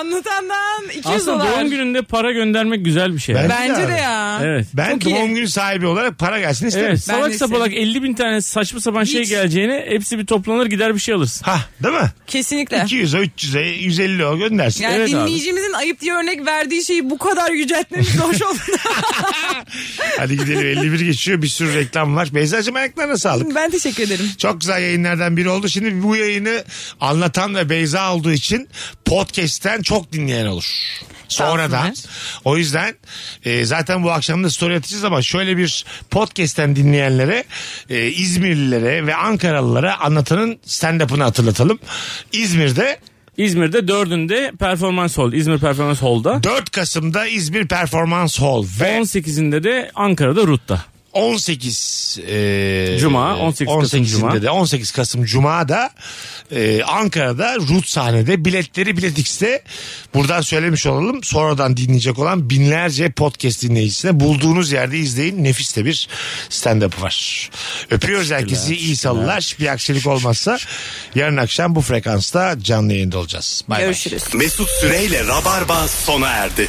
Speaker 3: anlatandan 200
Speaker 2: Aslında
Speaker 3: dolar.
Speaker 2: doğum gününde para göndermek güzel bir şey.
Speaker 1: Ben-
Speaker 3: Bence de ya.
Speaker 2: Evet.
Speaker 1: Ben
Speaker 3: Çok iyi.
Speaker 1: doğum günü sahibi olarak para gelsin isterim.
Speaker 2: Evet salak
Speaker 3: de
Speaker 2: sapalak 50 bin tane saçma sapan şey
Speaker 3: Hiç.
Speaker 2: geleceğine hepsi bir toplanır gider bir şey alırsın.
Speaker 1: Ha, değil mi?
Speaker 3: Kesinlikle.
Speaker 1: 200'e 300'e 150 o göndersin.
Speaker 3: Yani
Speaker 2: Evet abi.
Speaker 3: dinleyicimizin ayıp diye örnek verdiği şeyi bu kadar yüceltmemiz hoş oldu.
Speaker 1: Hadi gidelim 51 geçiyor bir sürü reklam var. Beyza'cığım ayaklarına sağlık.
Speaker 3: ben teşekkür ederim.
Speaker 1: Çok güzel yayınlardan biri oldu. Şimdi bu yayını anlatan ve Beyza olduğu için podcast'ten çok dinleyen olur. Sonradan. O yüzden e, zaten bu akşam da story atacağız ama şöyle bir podcast'ten dinleyenlere, e, İzmirlilere ve Ankaralılara anlatanın stand-up'ını hatırlatalım. İzmir'de
Speaker 2: İzmir'de dördünde performans hall. İzmir performans hall'da.
Speaker 1: 4 Kasım'da İzmir Performans Hall ve
Speaker 2: 18'inde de Ankara'da Rut'ta.
Speaker 1: 18 e,
Speaker 2: Cuma, 18 Kasım
Speaker 1: 18'inde
Speaker 2: Cuma.
Speaker 1: de 18 Kasım Cuma da e, Ankara'da Rut sahnede biletleri Bilet X'te buradan söylemiş olalım. Sonradan dinleyecek olan binlerce podcast dinleyicisine bulduğunuz yerde izleyin. Nefis de bir stand-up var. Öpüyoruz herkesi. iyi salılar. Bir aksilik olmazsa yarın akşam bu frekansta canlı yayında olacağız. Bay bay.
Speaker 3: Görüşürüz.
Speaker 8: Mesut Süreyle Rabarba sona erdi.